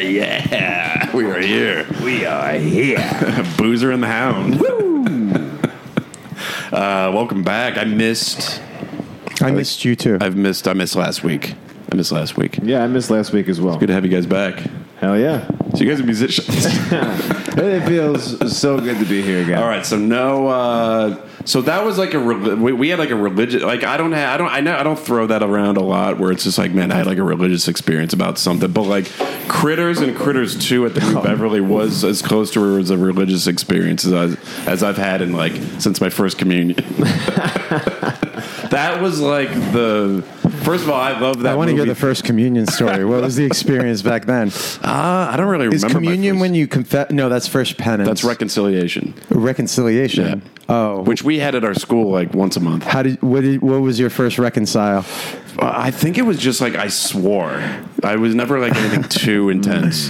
yeah, we are here. Uh, We are here. Boozer and the Hound. uh, welcome back. I missed. I missed you too. I've missed. I missed last week. I missed last week. yeah, I missed last week as well. Good to have you guys back. Hell yeah. So you guys are musicians. It feels so good to be here, guys. All right. So no. Uh, so that was like a. reli- We, we had like a religious. Like I don't have. I don't. I know. I don't throw that around a lot. Where it's just like, man, I had like a religious experience about something. But like Critters and Critters Two at the Oh. New Beverly was as close to as a religious experience as I, as I've had in like since my first communion. that was like the. First of all, I love that. I want to hear movie. the first communion story. What was the experience back then? Ah, I don't really Is remember. my communion first- when Oh. you confess? No, that's first penance. That's reconciliation. reconciliation. Oh, Which we had at our school like once a month. how did what did what was your first reconcile? I think it was just like I swore. I was never like anything too intense.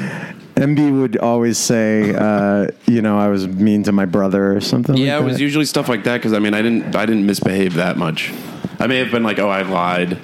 MB would always say, uh, you know, I was mean to my brother or something. Yeah, like it was that. usually stuff like that because I mean I didn't I didn't misbehave that much. I may have been like, oh, I lied,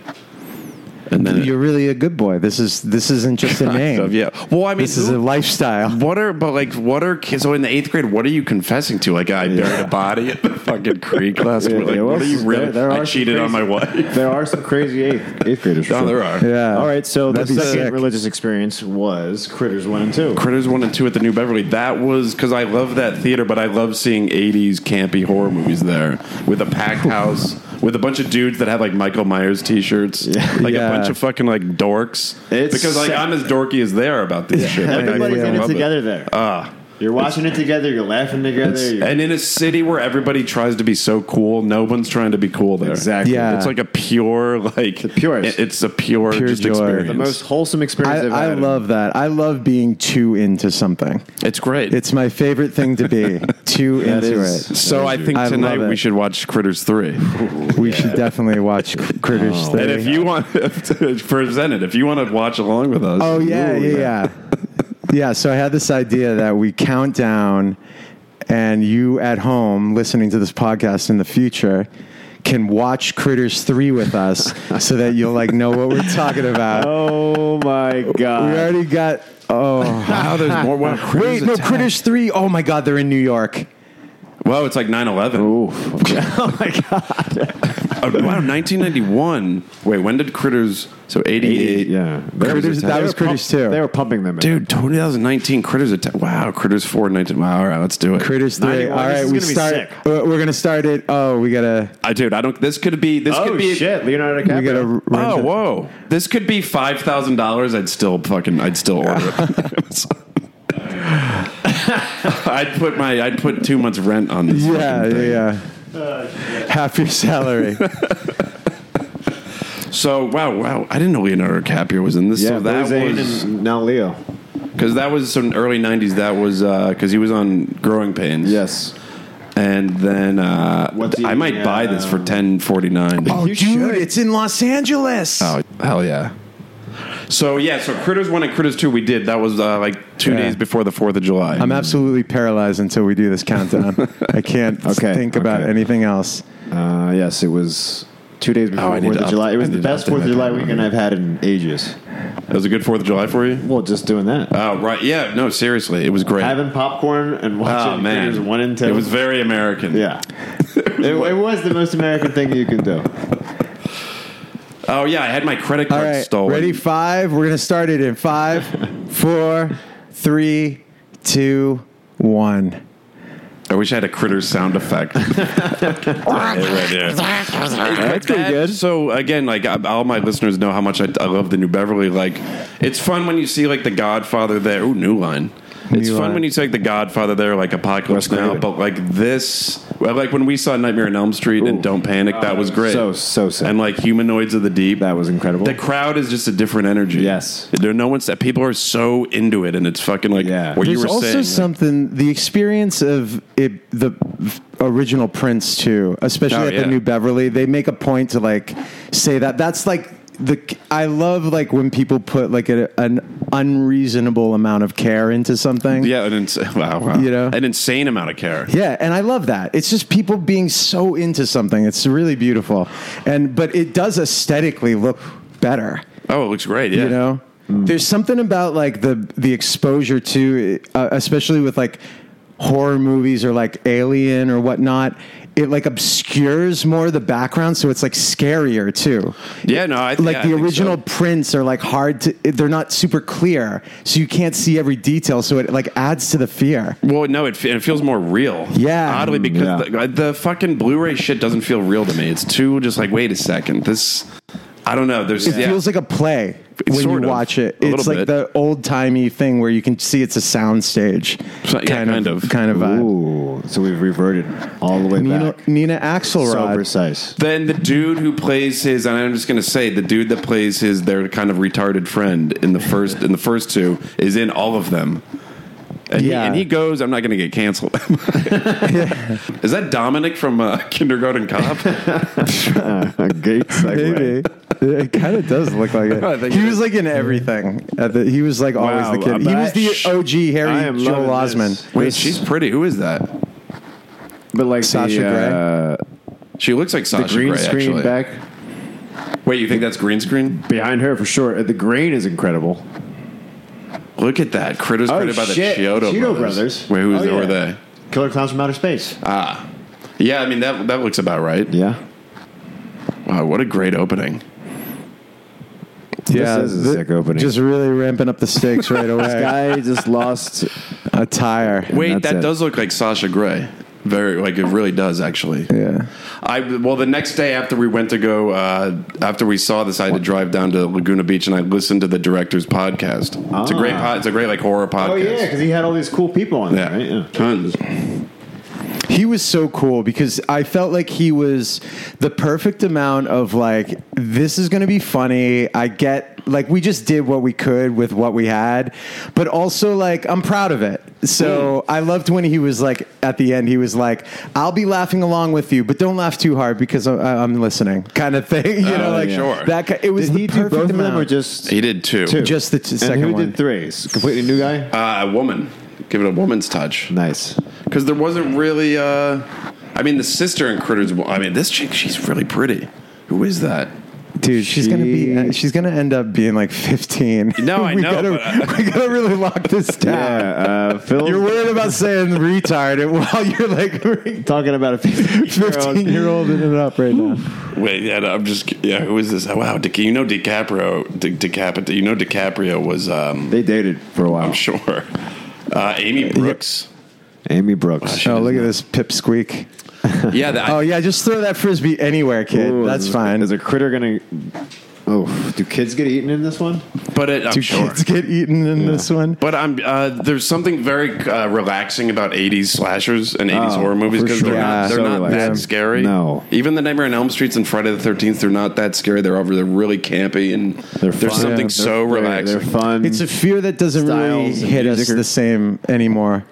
and then You're really a good boy. This is this isn't just a name. stuff. Yeah. Well, I mean, This is a lifestyle. what are but like what are kids? So in the eighth grade, what are you confessing to? Like I buried a body at the fucking creek last Yeah, week. Like, yeah, what well, are you there- really? there I are some cheated on my crazy- wife. There are some crazy eighth, eighth graders. For No, sure. there are. Yeah. All right, so That'd the be second sick. religious experience was Critters 1 and 2. Critters one and two at the New Beverly. That was because I love that theater, but I love seeing '80s campy horror movies there with a packed house with a bunch of dudes that have like Michael Myers T-shirts, like Yeah. a bunch of fucking like dorks. It's because like sick. I'm as dorky as they are about this shit. Like, I Everybody's fucking in it love together there. Ah. you're watching it together, you're laughing together. It's- you're- and in a city where everybody tries to be so cool, no one's trying to be cool there. Exactly. Yeah. It's like a pure, like purest. it- It's a pure, Pure just joy. experience. The the most wholesome experience I, I've I had. love that. I love being too into something. it's great. It's my favorite thing to be. Too That into is- it. so I think I love tonight it. we should watch Critters three. We should definitely watch Cr- Critters. Three. Oh. And if you want to present it, if you want to watch along with us. oh yeah, Ooh, yeah, yeah, yeah. So I had this idea that we count down, and you at home listening to this podcast in the future can watch Critters Three with us, so that you'll like know what we're talking about. Oh my We god! already got. Oh Wow, there's more. Wow, wait, no, Critters Three. Oh my God, they're in New York. Wow, it's like 9 11. Oof. oh my god! Uh, wow, 1991. Wait, when did Critters. So 88. Yeah, Critters- that was They were Critters pump- 2. They were pumping them. In. Dude, 2019 Critters attack. Wow, Critters 4, 19. Wow, all right, let's do it. Critters Three. 91. All This right, is we gonna be start. sick. We're we're gonna start it. Oh, we gotta. I, dude, I don't. This could be. This oh could be. shit! Leonardo We gotta. DiCaprio. rent Oh, it. whoa. This could be $5,000. I'd still fucking. I'd still order it. I'd put my. I'd put two months' rent on this. Yeah, yeah, yeah. Half your salary. So wow, wow! I didn't know Leonardo DiCaprio was in this. Yeah, so that was and now Leo. because that was some early '90s. That was because he was on Growing Pains. Yes. and then uh, What's he- I might buy this for um, ten forty nine. Oh, You dude, should. it's in Los Angeles. Oh, hell yeah! So yeah, so Critters One and Critters Two we did. That was uh, like two Yeah. days before the Fourth of July. I'm absolutely paralyzed until we do this countdown. I can't Okay, think about okay. anything else. Uh, yes, it was two days Oh, I before need Fourth to of up- July. It was I the need to best update Fourth of my July calendar. weekend I've had in ages. that was a good Fourth of July for you. Well, just doing that, Oh right, yeah, no, seriously, it was great. having popcorn and oh watching man, Critters one and two. It was very American. yeah. it, it was the most American thing you can do. Oh yeah, I had my credit All card right, stolen. ready? Five. We're gonna start it in five, four, three, two, one. I wish I had a critter sound effect. That's pretty good. So again, like I- all my listeners know how much I, I love the New Beverly. Like, it's fun when you see like the Godfather there. Ooh, New Line. It's New fun Line. when you see like the Godfather there, like Apocalypse Wes Now. Craven. But like this, well, like when we saw Nightmare on Elm Street and Ooh. Don't Panic, that Oh, was great. So so sick. and like Humanoids of the Deep, that was incredible. the crowd is just a different energy. Yes. there no one's that people are so into it, and it's fucking like Yeah. what you There's were also saying. something the experience of it, the original Prince too, especially Oh, at yeah. the New Beverly. They make a point to like say that. That's like the I love like when people put like a, an unreasonable amount of care into something. yeah, an ins- wow, wow, You know? an insane amount of care. Yeah, and I love that. It's just people being so into something. It's really beautiful, and but it does aesthetically look better. Oh, it looks great. Yeah. You know. There's something about like the the exposure to, uh, especially with like horror movies or like Alien or whatnot. It like obscures more the background, so it's like scarier too. Yeah, no, I Like yeah, I the think so. original prints are like hard to, they're not super clear, so you can't see every detail. So it like adds to the fear. Well, no, it, it feels more real. Yeah. Oddly, because Yeah. the, the fucking Blu ray shit doesn't feel real to me. It's too just like, wait a second. This, I don't know. There's, It yeah. feels like a play It's when sort you of, watch it. a little It's bit. like the old timey thing where you can see it's a sound stage. So- yeah, kind of. kind of vibe. Ooh, so we've reverted all the way Nina, back. Nina So Axelrod. precise. then the dude who plays his, and I'm just gonna say, the dude that plays his, their kind of retarded friend in the first in the first two is in all of them. And, he, Yeah. and he goes, I'm not going to get canceled. Is that Dominic from uh, Kindergarten Cop? Great segue. Maybe. it kind of does look like I it. think he it was is. like in everything. At the, he was like always Wow, the kid. He but was I- the OG I Harry am Joel loving this. Osment. Wait, she's pretty. Who is that? But like Sasha the, Grey? uh, She looks like the Sasha green Grey, screen actually. back Wait, you think that's green screen? behind her for sure. The grain is incredible. Look at that. Critters Oh, created by the shit. Chiodo, Chiodo brothers. Brothers. Wait, who's Oh, there yeah. were they? Killer Clowns from Outer Space. Ah. Yeah, I mean that that looks about right. Uh, yeah. Wow, what a great opening. Yeah, is a the- sick opening. Just really ramping up the stakes right This away. guy just lost. a tire. Wait, that's that it. does look like Sasha Grey. Very like it really does actually. Yeah. I well the next day after we went to go uh, after we saw this, I had to drive down to Laguna Beach and I listened to the director's podcast. It's a great Ah. pod, it's a great like horror podcast. Oh yeah, because he had all these cool people on yeah. there, right? Yeah. tons. He was so cool because I felt like he was the perfect amount of like, this is going to be funny. I get like, we just did what we could with what we had, but also like, I'm proud of it. So Mm. I loved when he was like, at the end, he was like, I'll be laughing along with you, but don't laugh too hard because I'm, I'm listening kind of thing. You know, Oh, like yeah. that. ki- It was Did the he do perfect both of them amount. or just He did two. Two. Just the t- and second who one. did three? It's a completely new guy. Uh, a woman. Give it a woman's touch. Nice. because there wasn't really. Uh, I mean, the sister in Critters. I mean, this chick, she's really pretty. Who is that? Dude, she's gonna be She- uh, she's gonna end up being like 15. No, I we know, Gotta, but uh, I- we gotta really lock this down. Yeah, uh, Phil. You're worried about saying retard while you're like talking about a 15 fifteen-year-old. year old in it up right now. Wait, yeah, no, I'm just. Yeah, who is this? Oh, wow, Di- you know DiCaprio. Di- DiCaprio. You know DiCaprio was. Um, They dated for a while. I'm sure. Uh, Amy Brooks. Amy Brooks. Oh, look at this pip squeak. Yeah, that, Oh yeah, just throw that frisbee anywhere, kid. Ooh, That's is- fine. Is a critter gonna? Oh, do kids get eaten in this one? but it, I'm Do sure. kids get eaten in this one? But I'm uh, there's something very uh, relaxing about 80s slashers and 80s Oh, horror movies for because sure. they're Yeah, not, they're so not that relaxing. scary. No. even the Nightmare on Elm Streets and Friday the 13th, they're not that scary. They're over. They're really campy and They're there's fun. something They're- so they're- relaxing. They're fun. It's a fear that doesn't really Styles and hit us music are- the same anymore.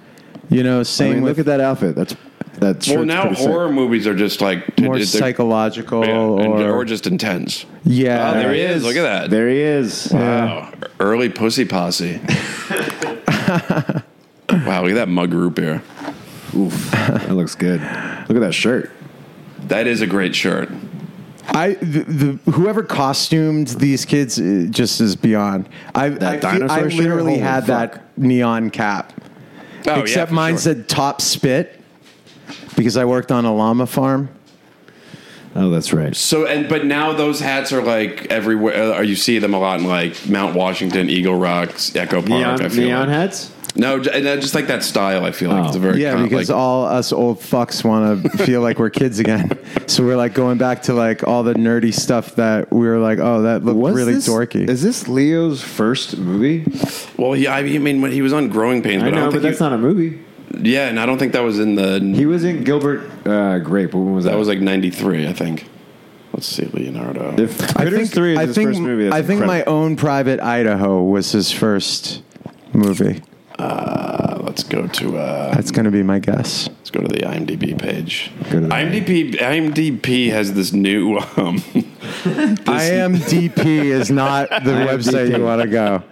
You know, I same mean, with look at that outfit. That's that's. well, now horror movies are just like more they're- psychological yeah, and- or, or just intense. yeah. Oh, there he is! Look at that. There he is. Wow, early pussy posse. wow, look at that mug root beer. Oof, that looks good. Look at that shirt. That is a great shirt. Oh, I the, the whoever costumed these kids uh, just is beyond. I I, feel- dinosaur I shit? literally Holy had fuck. that neon cap, Oh, yeah, except for mine sure. said top spit because I worked on a llama farm. Oh, that's right. So and but now those hats are like everywhere. Or you see them a lot in like Mount Washington, Eagle Rocks, Echo Park. Neon, I feel neon like. hats. No, j- and uh, just like that style. I feel like it's a Oh. very Yeah, com- because like- all us old fucks want to feel like we're kids again. So we're like going back to like all the nerdy stuff that we were like, oh, that looked Was really this- dorky. Is this Leo's first movie? well, yeah. I mean, when he was on Growing Pains, I but I, know, don't but think that's he- not a movie. Yeah, and I don't think that was in the. He was in Gilbert uh, Grape. When was that? that was like '93, I think. Let's see, Leonardo. If Critters Three is I his think, first movie. That's I think my incredible. own private Idaho was his first movie. uh, let's go to uh, That's going to be my guess. let's go to the IMDb page. Go to the- IMDb IMDb has this new um, IMDP is not the website you want to go.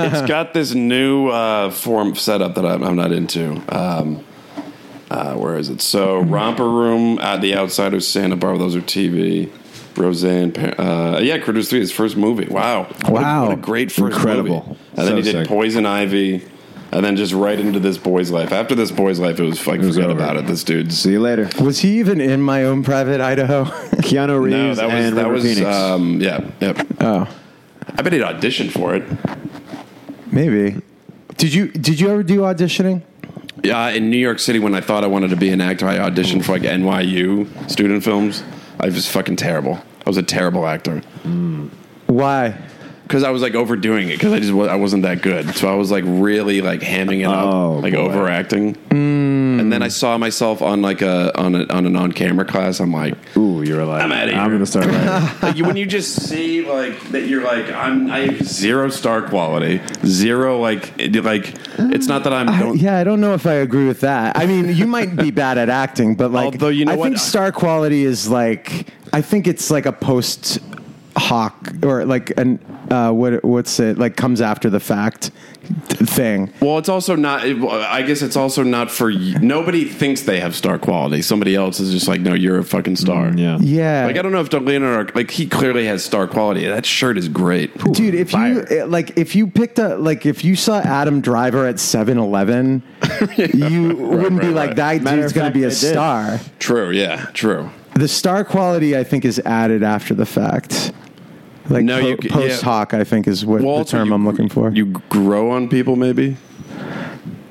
it's got this new uh, form setup that I'm, I'm not into. Um, uh, where is it? So, Romper Room at the outside of Santa Barbara. Those are TV. Roseanne. Par- Uh, yeah, Critters Three, his first movie. Wow, What a- Wow. what a great first Incredible. movie. And then So he did sick. Poison Ivy, and then just right into this boy's life. After this boy's life, it was like was forget over. about it. This dude's See you later. Was he even in my own private Idaho? Keanu Reeves no, that was and that River was Phoenix. uh, um, yeah, yep. oh, I bet he'd auditioned for it. maybe. Did you did you ever do auditioning? Yeah, in New York City, when I thought I wanted to be an actor, I auditioned for like NYU student films. I was fucking terrible. I was a terrible actor Why? because I was like overdoing it because I just wa- I wasn't that good. So I was like really like hamming it up, Oh, like boy. overacting. And then I saw myself on like a on a, on an on camera class. I'm like, Ooh, you were like, I'm outta I'm here. going to start writing. like you- when you just see like that you're like I'm I have zero star quality, zero like it- like it's not that I'm Uh, I- don't yeah, I don't know if I agree with that. I mean, you might be bad at acting, but like, Although, you know I what? think star quality is like, I think it's like a post hoc or like an uh, what what's it like comes after the fact th- thing. Well, it's also not. It, I guess it's also not for y- nobody thinks they have star quality. Somebody else is just like, no, you're a fucking star. Yeah. Mm, Yeah, Like I don't know if Leonardo, like he clearly has star quality. That shirt is great. dude if you like if you picked a like if you saw adam driver at 7-eleven you wouldn't be right, like right. that Matter dude's of gonna fact, be I a did. star True. Yeah. True. the star quality i think is added after the fact like No, you c- yeah. post hoc i think is what Well, the term you- i'm looking for You grow on people, maybe.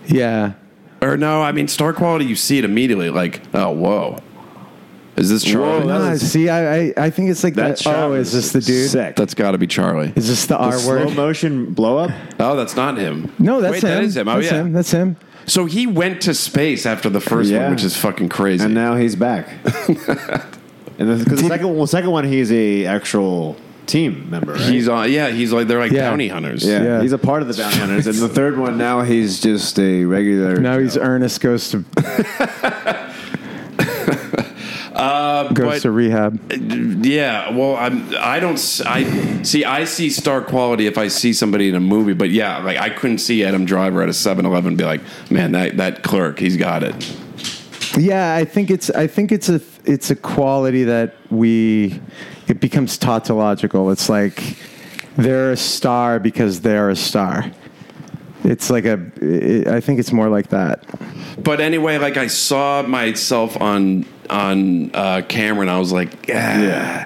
yeah Or no, I mean star quality. You see it immediately. Like, oh, whoa, is this Charlie? Whoa, that no, is- see I, I i think it's like that That shot oh is this was the dude Sick. That's got to be Charlie. is this the r slow word motion blow up. Oh, that's not him. no Wait, that's him That is him. Oh, that's yeah. him that's him So he went to space after the first Yeah. one, which is fucking crazy. and now he's back. and the, 'cause the second, well, second one, he's a actual team member. Right? He's on. Yeah, he's like they're like Yeah. bounty hunters. yeah, yeah. he's a part of the bounty hunters. And the third one, now he's just a regular. now he's Joe. ernest goes to goes Um, but- to rehab yeah. Well, I'm. I don't. s- I see. I see star quality if I see somebody in a movie. But yeah, like I couldn't see Adam Driver at a 7-Eleven and be like, man, that that clerk, he's got it. Yeah, I think it's I think it's a it's a quality that we it becomes tautological. It's like they're a star because they're a star. It's like a it, I think it's more like that. But anyway, like I saw myself on on uh, camera, and I was like, ah, yeah.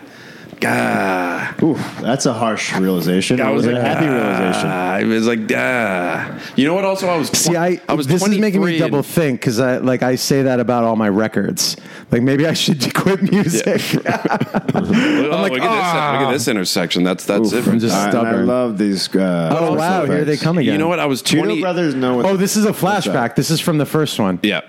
Gah. Ooh, that's a harsh realization. I It was was a like, happy Ah. realization. I was like, ah. You know what? Also, I was. twen- See, I, I was. this is making 23 me and- double think because I like I say that about all my records. Like maybe I should quit music. Oh, like, look, at this, Ah. look at this intersection. That's that's it. I'm just- All right, and I Stubborn. love these. Uh, special oh wow, here they effects. come again. You know what? I was Cheeto twenty. Brothers know what Oh, this is a flashback. This is from the first one. Yeah.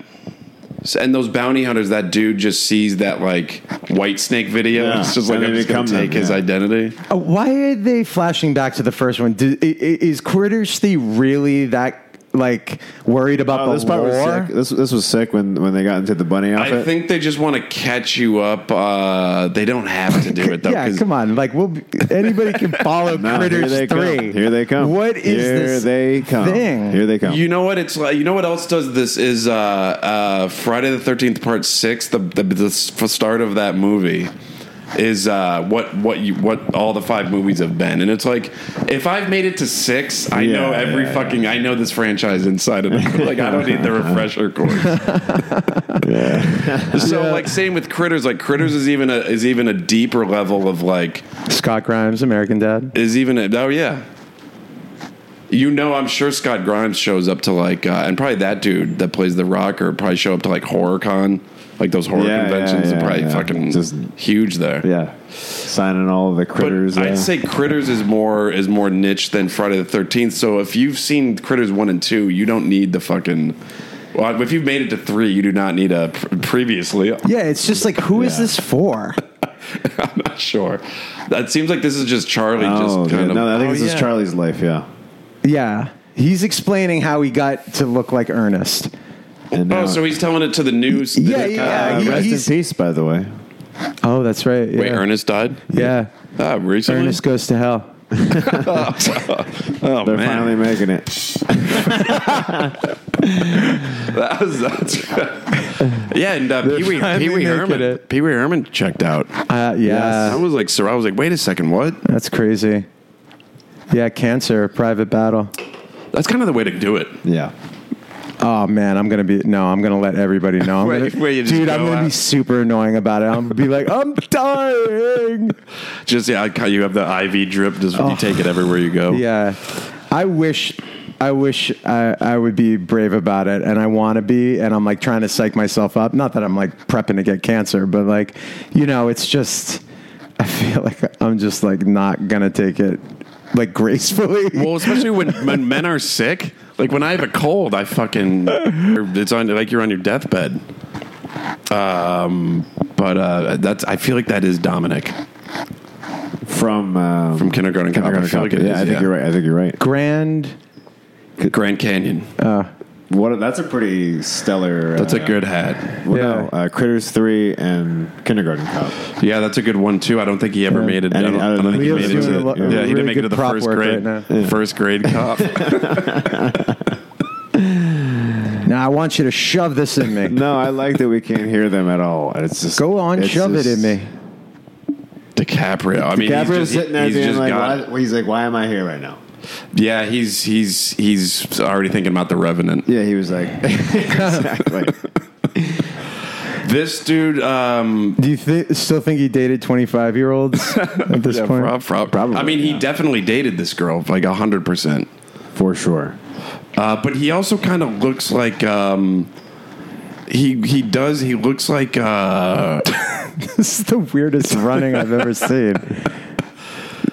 So- and those bounty hunters, that dude just sees that like white snake video. Yeah. It's just like And I'm they just gonna become take them, his yeah. identity. Uh, Why are they flashing back to the first one? Do, i- i- is Critters Three really that like worried about Oh, the this part was lore? sick. This, this was sick when, when they got into the bunny outfit. I think they just want to catch you up. Uh, they don't have to do it though. yeah, 'cause- come on. Like, we'll be, anybody can follow No, Critters here they Three. Come. Here they come. What is here this they come. thing? Here they come. You know what it's like. You know what else does this is uh, uh, Friday the Thirteenth Part Six. The, the the s- start of that movie is uh, what what you what all the five movies have been, and it's like if I've made it to six, I Yeah, know every yeah, yeah. fucking I know this franchise inside and out. Like I don't need the refresher course. So like same with Critters. Like Critters is even a is even a deeper level of like Scott Grimes, American Dad. is even a, oh yeah. You know, I'm sure Scott Grimes shows up to like, uh, and probably that dude that plays the rocker probably show up to like HorrorCon, like those horror Yeah, yeah, conventions yeah, are probably yeah. fucking Just- huge there. yeah, signing all the But critters. yeah. I'd say Critters is more is more niche than Friday the Thirteenth. So if you've seen Critters one and two, you don't need the fucking. Well, if you've made it to three, you do not need a pr- previously. Yeah, it's just like, who is Yeah. this for? I'm not sure. That seems like this is just Charlie. Oh, just yeah, kind of. no, I think this yeah. is Charlie's life. Yeah. Yeah, he's explaining how he got to look like Ernest. And oh, now- so he's telling it to the news. Yeah, uh, yeah. he- rest in he's- peace, by the way. Oh, that's right. Yeah. Wait, Ernest died. Yeah, Ah, recently. Ernest goes to hell. Oh They're man, finally making it. that was that's. yeah, and uh, Pee Wee finally Pee Wee making Herman it. Pee Wee Herman checked out. Uh, yeah, I was like, sir, I was like, wait a second, what? that's crazy. Yeah, cancer, private battle. That's kind of the way to do it. Yeah. Oh man, I'm gonna be no. I'm gonna let everybody know. I'm Where- gonna, where you just dude, I'm go uh, gonna be out. super annoying about it. I'm gonna be like, I'm dying. Just yeah, I- you have the IV drip. Just you take it everywhere you go. Oh. Yeah, I wish, I wish I, I would be brave about it, and I want to be, and I'm like trying to psych myself up. Not that I'm like prepping to get cancer, but like, you know, it's just I feel like I'm just like not gonna take it like gracefully. Well, especially when, when men are sick. Like when I have a cold, I fucking it's on like you're on your deathbed. Um, but uh, that's I feel like that is Dominic From um, from Kindergarten Cop. I Kindergarten feel like Cop. it yeah, is, I think you're right. I think you're right. Grand. Grand Canyon. What? A, that's a pretty stellar. that's uh, a good hat. Well, Yeah. no, uh, Critters three and Kindergarten Cop. Yeah, that's a good one too. I don't think he ever made it. I And don't, he- I I don't don't think he think made he it. was To, doing the- a lo- yeah, he really didn't make it to good the prop first work grade. right now. First grade cop. Now I want you to shove this in me. No, I like that we can't hear them at all. It's just Go on, it's shove it just- in me. DiCaprio. I mean, he's Gabriel's just- sitting there he's being just like, got- why, well, he's like, why am I here right now? yeah, he's he's he's already thinking about the Revenant. Yeah, he was like, exactly. This dude, um, Do you thi- still think he dated 25 year olds at this yeah, point? prob- prob- Probably, I mean, he yeah. definitely dated this girl like hundred percent. For sure. Uh, but he also kind of looks like um, he he does. He looks like uh, This is the weirdest running I've ever seen.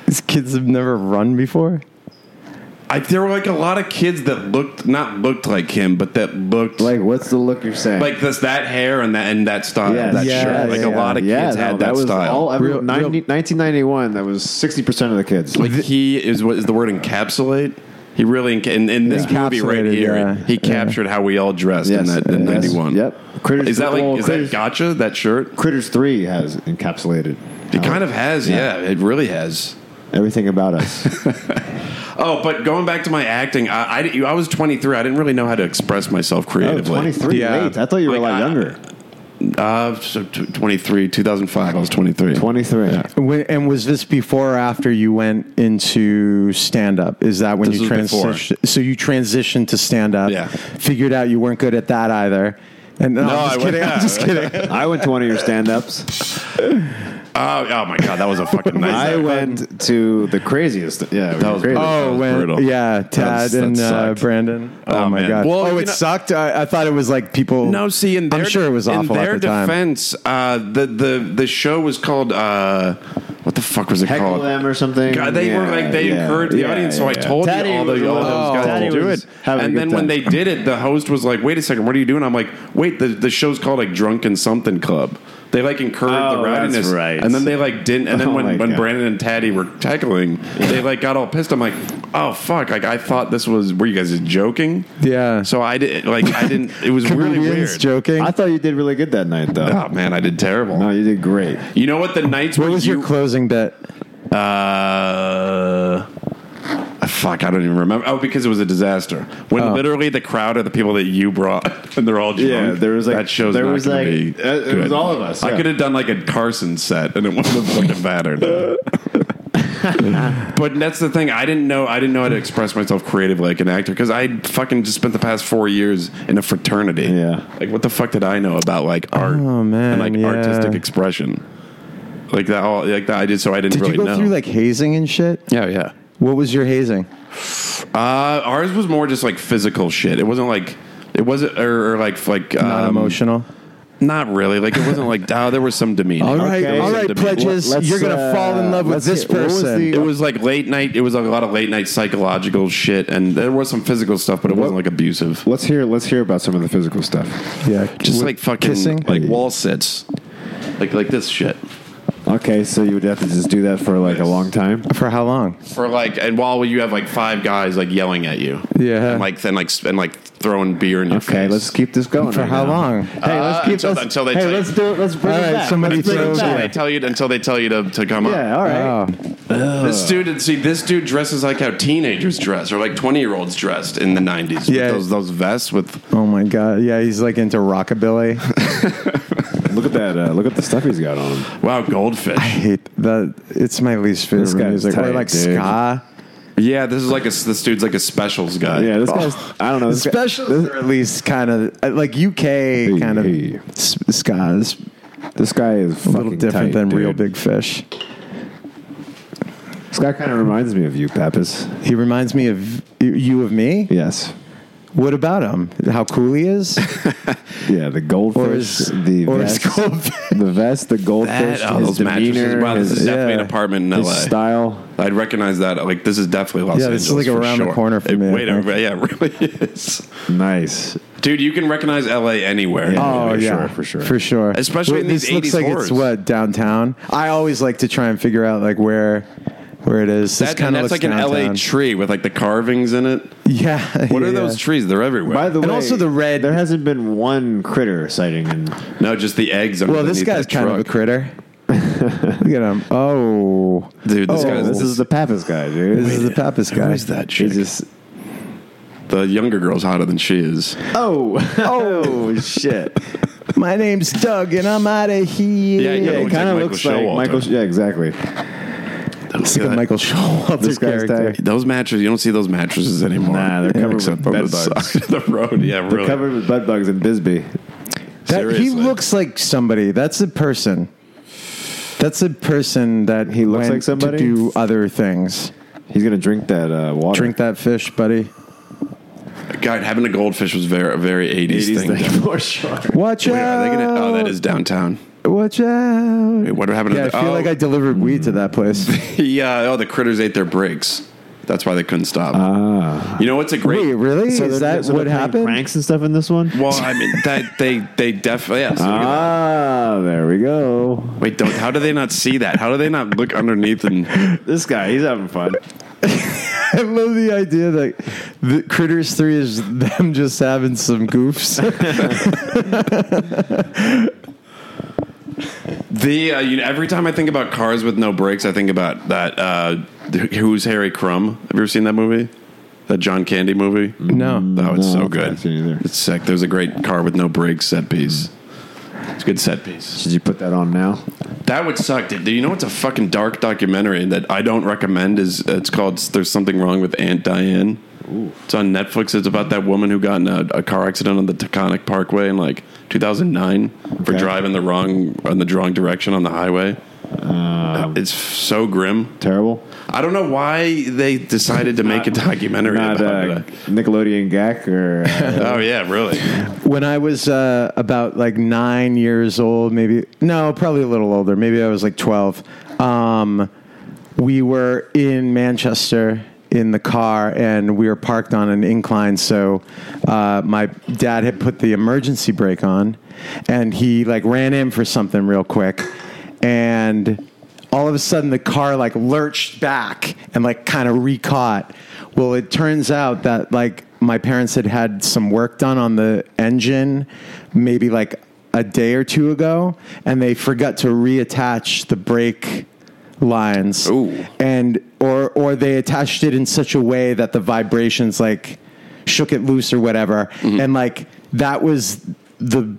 These kids have never run before. I, there were like a lot of kids that looked not looked like him, but that looked like. Like, what's the look you're saying? Like this, that hair and that and that style, Yes. that Yeah, shirt. Like a yeah, lot of kids yeah, no, had that, was style. All, every, Real- 90, 1991, that was 60% of the kids. Like he is what is the word encapsulate? He really enca- in, in this movie right Encapsulated, here. yeah. He captured how we all dressed Yes, in that in yes, '91. yep. Critters- is that like well, is Critters- that gotcha? That shirt? Critters 3 has encapsulated uh, It kind of has. Yeah. it really has. everything about us. Oh, but going back to my acting, I I, di- I was 23. I didn't really know how to express myself oh, creatively. 23, Yeah. late. I thought you Like, were a lot I- younger. Uh, so t- 23, 2005. I was 23. 23. When, and was this before or after you went into stand up? Is that when This you was before. transitioned? So you transitioned to stand up. Yeah. Figured out you weren't good at that either. And no, No, I'm I just went- kidding. I'm just kidding. I went to one of your stand ups. Oh, oh my god, that was a fucking nice. I went to the craziest. Yeah, That was crazy. brutal. Oh, was when brutal. yeah, That Tad was- that and uh, sucked. Brandon. Oh, Oh, my man. god. Well, oh, you it know- sucked. I, I thought it was like people. No, see, in their, I'm sure it was awful In their at the time. defense, uh, the the the show was called uh, what the fuck was it Heckle Oh, called? them or something. God, they were Yeah, like they yeah, encouraged the yeah, audience. yeah, So I yeah. told Taddy you all was the all one of those those guys Taddy to do was it. having a And good then when time. they did it, the host was like, "Wait a second, what are you doing?" I'm like, "Wait, the the show's called like Drunken Something Club." They like encouraged the Oh, that's rowdiness, right. and then they like didn't. And then Oh my when, when God. Brandon and Taddy were tackling, they like got all pissed. I'm like, "Oh fuck!" Like I thought this was were you guys just joking? Yeah. So I did like I didn't. It was really Comedians weird. joking. I thought you did really good that night, though. Oh man, I did terrible. No, you did great. You know what? The nights what where was you, your closing bit? uh, fuck, I don't even remember. Oh, because it was a disaster. When literally the crowd are the people that you brought, and they're all drunk. Oh. Yeah, there was like- that shows. there not was gonna like- be uh, it good. was all of us, I yeah. could have done like a Carson set, and it wouldn't have fucking mattered. but that's the thing. I didn't know. I didn't know how to express myself creatively like an actor because I fucking just spent the past four years in a fraternity. Yeah. Like, what the fuck did I know about like art? Oh, and man, like yeah. artistic expression. Like that, all like that. I did so I didn't Did really you go know. through like hazing and shit? yeah, yeah. What was your hazing? Uh, ours was more just like physical shit. It wasn't like it wasn't or, or like like um, Not emotional. Not really. Like it wasn't like oh, there was some demeanor. All right, okay. all right, Let- pledges. let's, You're gonna uh, fall in love with let's this see, what was person. the- It was like late night. It was like a lot of late night psychological shit, and there was some physical stuff, but it wasn't like abusive. Let's hear. Let's hear about some of the physical stuff. yeah, Just with like fucking kissing. like wall sits, like like this shit Okay, so you would have to just do that for like a long time. for how long? for like and while you have like five guys like yelling at you, Yeah. and like then like s- and like throwing beer in your face. Okay, let's keep this going. For right how now. long? Hey, let's Uh, keep until- let's, until they Hey, tell you. let's do it. Let's bring All it right, back. somebody let's bring it throws until back. they tell you until they tell you to, to come up. Yeah, all right. Oh. This dude, see, this dude dresses like how teenagers dress, or like twenty-year-olds dressed in the nineties. Yeah. those those vests with Oh my god! Yeah, he's like into rockabilly. look at that! Uh, look at the stuff he's got on. him. Wow, goldfish. hate that. It's my least favorite This guy's music. or tight, like dude. ska. Yeah, this is like a, this dude's like a specials guy. Yeah, this guy's. I don't know. This guy- Specials are at least kind of like UK kind of hey. s- ska is This guy is a little different than real big fish. This guy kind of reminds me of you, Pappas. He reminds me of you- you of me. Yes. What about him? How cool he is, Yeah, the goldfish, is- the or is vest, goldfish- the vest, the goldfish, That, oh, his those mattresses. demeanor, Wow, this is his, definitely an yeah. apartment in his LA. style. I'd recognize that. Like, this is definitely Los Yeah, Angeles. this is like for around the sure. corner from It- me, I Wait, think. a- yeah, it really is. Nice. Dude, you can recognize LA anywhere. Oh, Anyway, yeah. sure. for sure. for sure. Especially in this these looks 80s like horrors. it's what downtown. I always like to try and figure out like where where it is. This That, and kind of that's looks like an LA downtown. tree with like the carvings in it. Yeah. What yeah. are those trees? They're everywhere. By the And way, also the red- There hasn't been one critter sighting, and no, just the eggs. Well, this guy's kind of a critter. Look at him. Oh, Dude, this Oh. guy's this is the Pappas guy, dude. This is the Pappas guy. Who is that He's chick? just the younger girl's hotter than she is. oh oh shit. My name's Doug, and I'm out of here. Yeah, you Yeah, know, it looks kind of like looks Michael like Showalter. Michael. Yeah, exactly. It's like a God. Michael Showalter This guy's character. tight. Those mattresses, you don't see those mattresses anymore. Nah, they're covered except with on bed the bugs. side of the road. Yeah, really. Covered with bed bugs and Bisbee. That, he Seriously. looks like somebody. That's a person. That's a person that he looks went like somebody? to do other things. He's gonna drink that uh, water. Drink that fish, buddy. God, having a goldfish was very, a very 80s, 80s thing. thing for sure. Watch Wait, out! are they gonna, oh, that is downtown. Watch out! Wait, what happened? yeah, I to the, feel oh, like I delivered weed to that place. yeah, oh, the critters ate their brakes. That's why they couldn't stop. you know what's a great? Wait, really? So is they're- that so they're what playing happened? Pranks and stuff in this one. Well, I mean that they they definitely. Yeah, so look at that. Ah, there we go. Wait, don't, how do they not see that? How do they not look underneath and This guy, he's having fun. I love the idea that the Critters Three is them just having some goofs. the? Uh, you know, every time I think about cars with no brakes, I think about that. Uh, th- who's Harry Crumb? Have you ever seen that movie? That John Candy movie? no, No, it's No, so I've good. not seen it either. It's sick. There's a great car with no brakes set piece. It's a good set piece. Should you put that on now? That would suck, dude. Do you know what's a fucking dark documentary that I don't recommend? Is it's called "There's Something Wrong with Aunt Diane." It's on Netflix. It's about that woman who got in a, a car accident on the Taconic Parkway in like 2009 for Okay. driving the wrong on the wrong direction on the highway. it's f- so grim. Terrible. I don't know why they decided to make a documentary Not about uh, it. Nickelodeon Gak or uh, Oh yeah, really? when I was uh, about like nine years old, maybe no, probably a little older. Maybe I was like twelve. Um, we were in Manchester in the car, and we were parked on an incline. So uh, my dad had put the emergency brake on, and he like ran in for something real quick, and all of a sudden the car like lurched back and like kind of re-caught. Well, it turns out that like my parents had had some work done on the engine, maybe like a day or two ago, and they forgot to reattach the brake lines. Ooh. And or or they attached it in such a way that the vibrations like shook it loose or whatever, and like that was the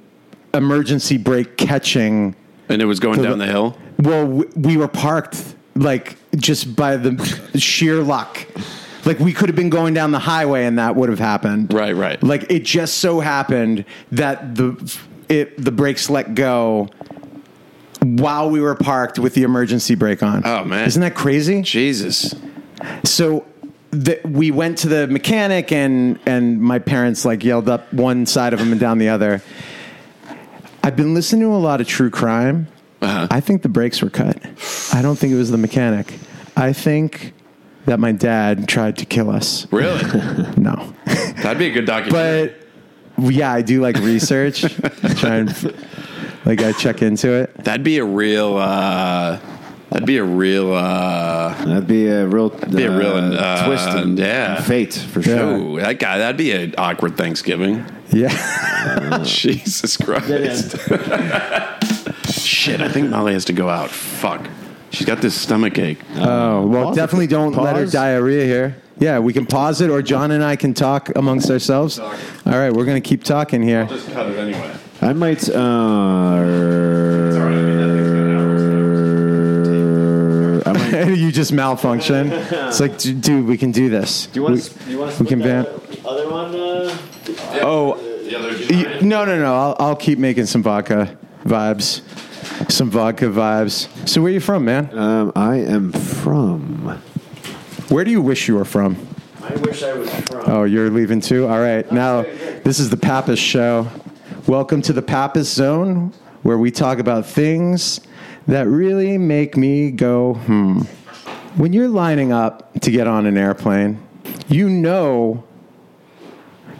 emergency brake catching And it was going down the hill. well, we, we were parked like just by the sheer luck. Like we could have been going down the highway and that would have happened. Right, right. Like it just so happened that the it the brakes let go while we were parked with the emergency brake on. Oh, man. Isn't that crazy? Jesus. So the, we went to the mechanic, and and my parents like yelled up one side of him and down the other. I've been listening to a lot of true crime. I think the brakes were cut. I don't think it was the mechanic. I think that my dad tried to kill us. Really? No, That'd be a good documentary. but yeah, I do like research. try and like I check into it. That'd be a real. Uh, that'd be a real. Uh, that'd be a real, be a real uh, twist and yeah. fate for Yeah. sure. Ooh, that guy. That'd be an awkward Thanksgiving. Yeah, Jesus Christ. Shit, I think Molly has to go out. Fuck. She's got this stomach ache. Oh, well, Pause it. definitely don't let her Pause. diarrhea here. Yeah, we can pause it, or John and I can talk amongst ourselves. All right, we're going to keep talking here. Just cut it anyway. I might. Uh, I might. you just malfunction. It's like, d- dude, we can do this. Do you want we can ban. other one? Uh, Oh, y- no, no, no. I'll, I'll keep making some vodka vibes. Some vodka vibes. So, where you from, man? um, I am from. Where do you wish you were from? I wish I was from. Oh, you're leaving too? All right. Now, this is the Pappas Show. Welcome to the Pappas Zone, where we talk about things that really make me go, hmm. When you're lining up to get on an airplane, you know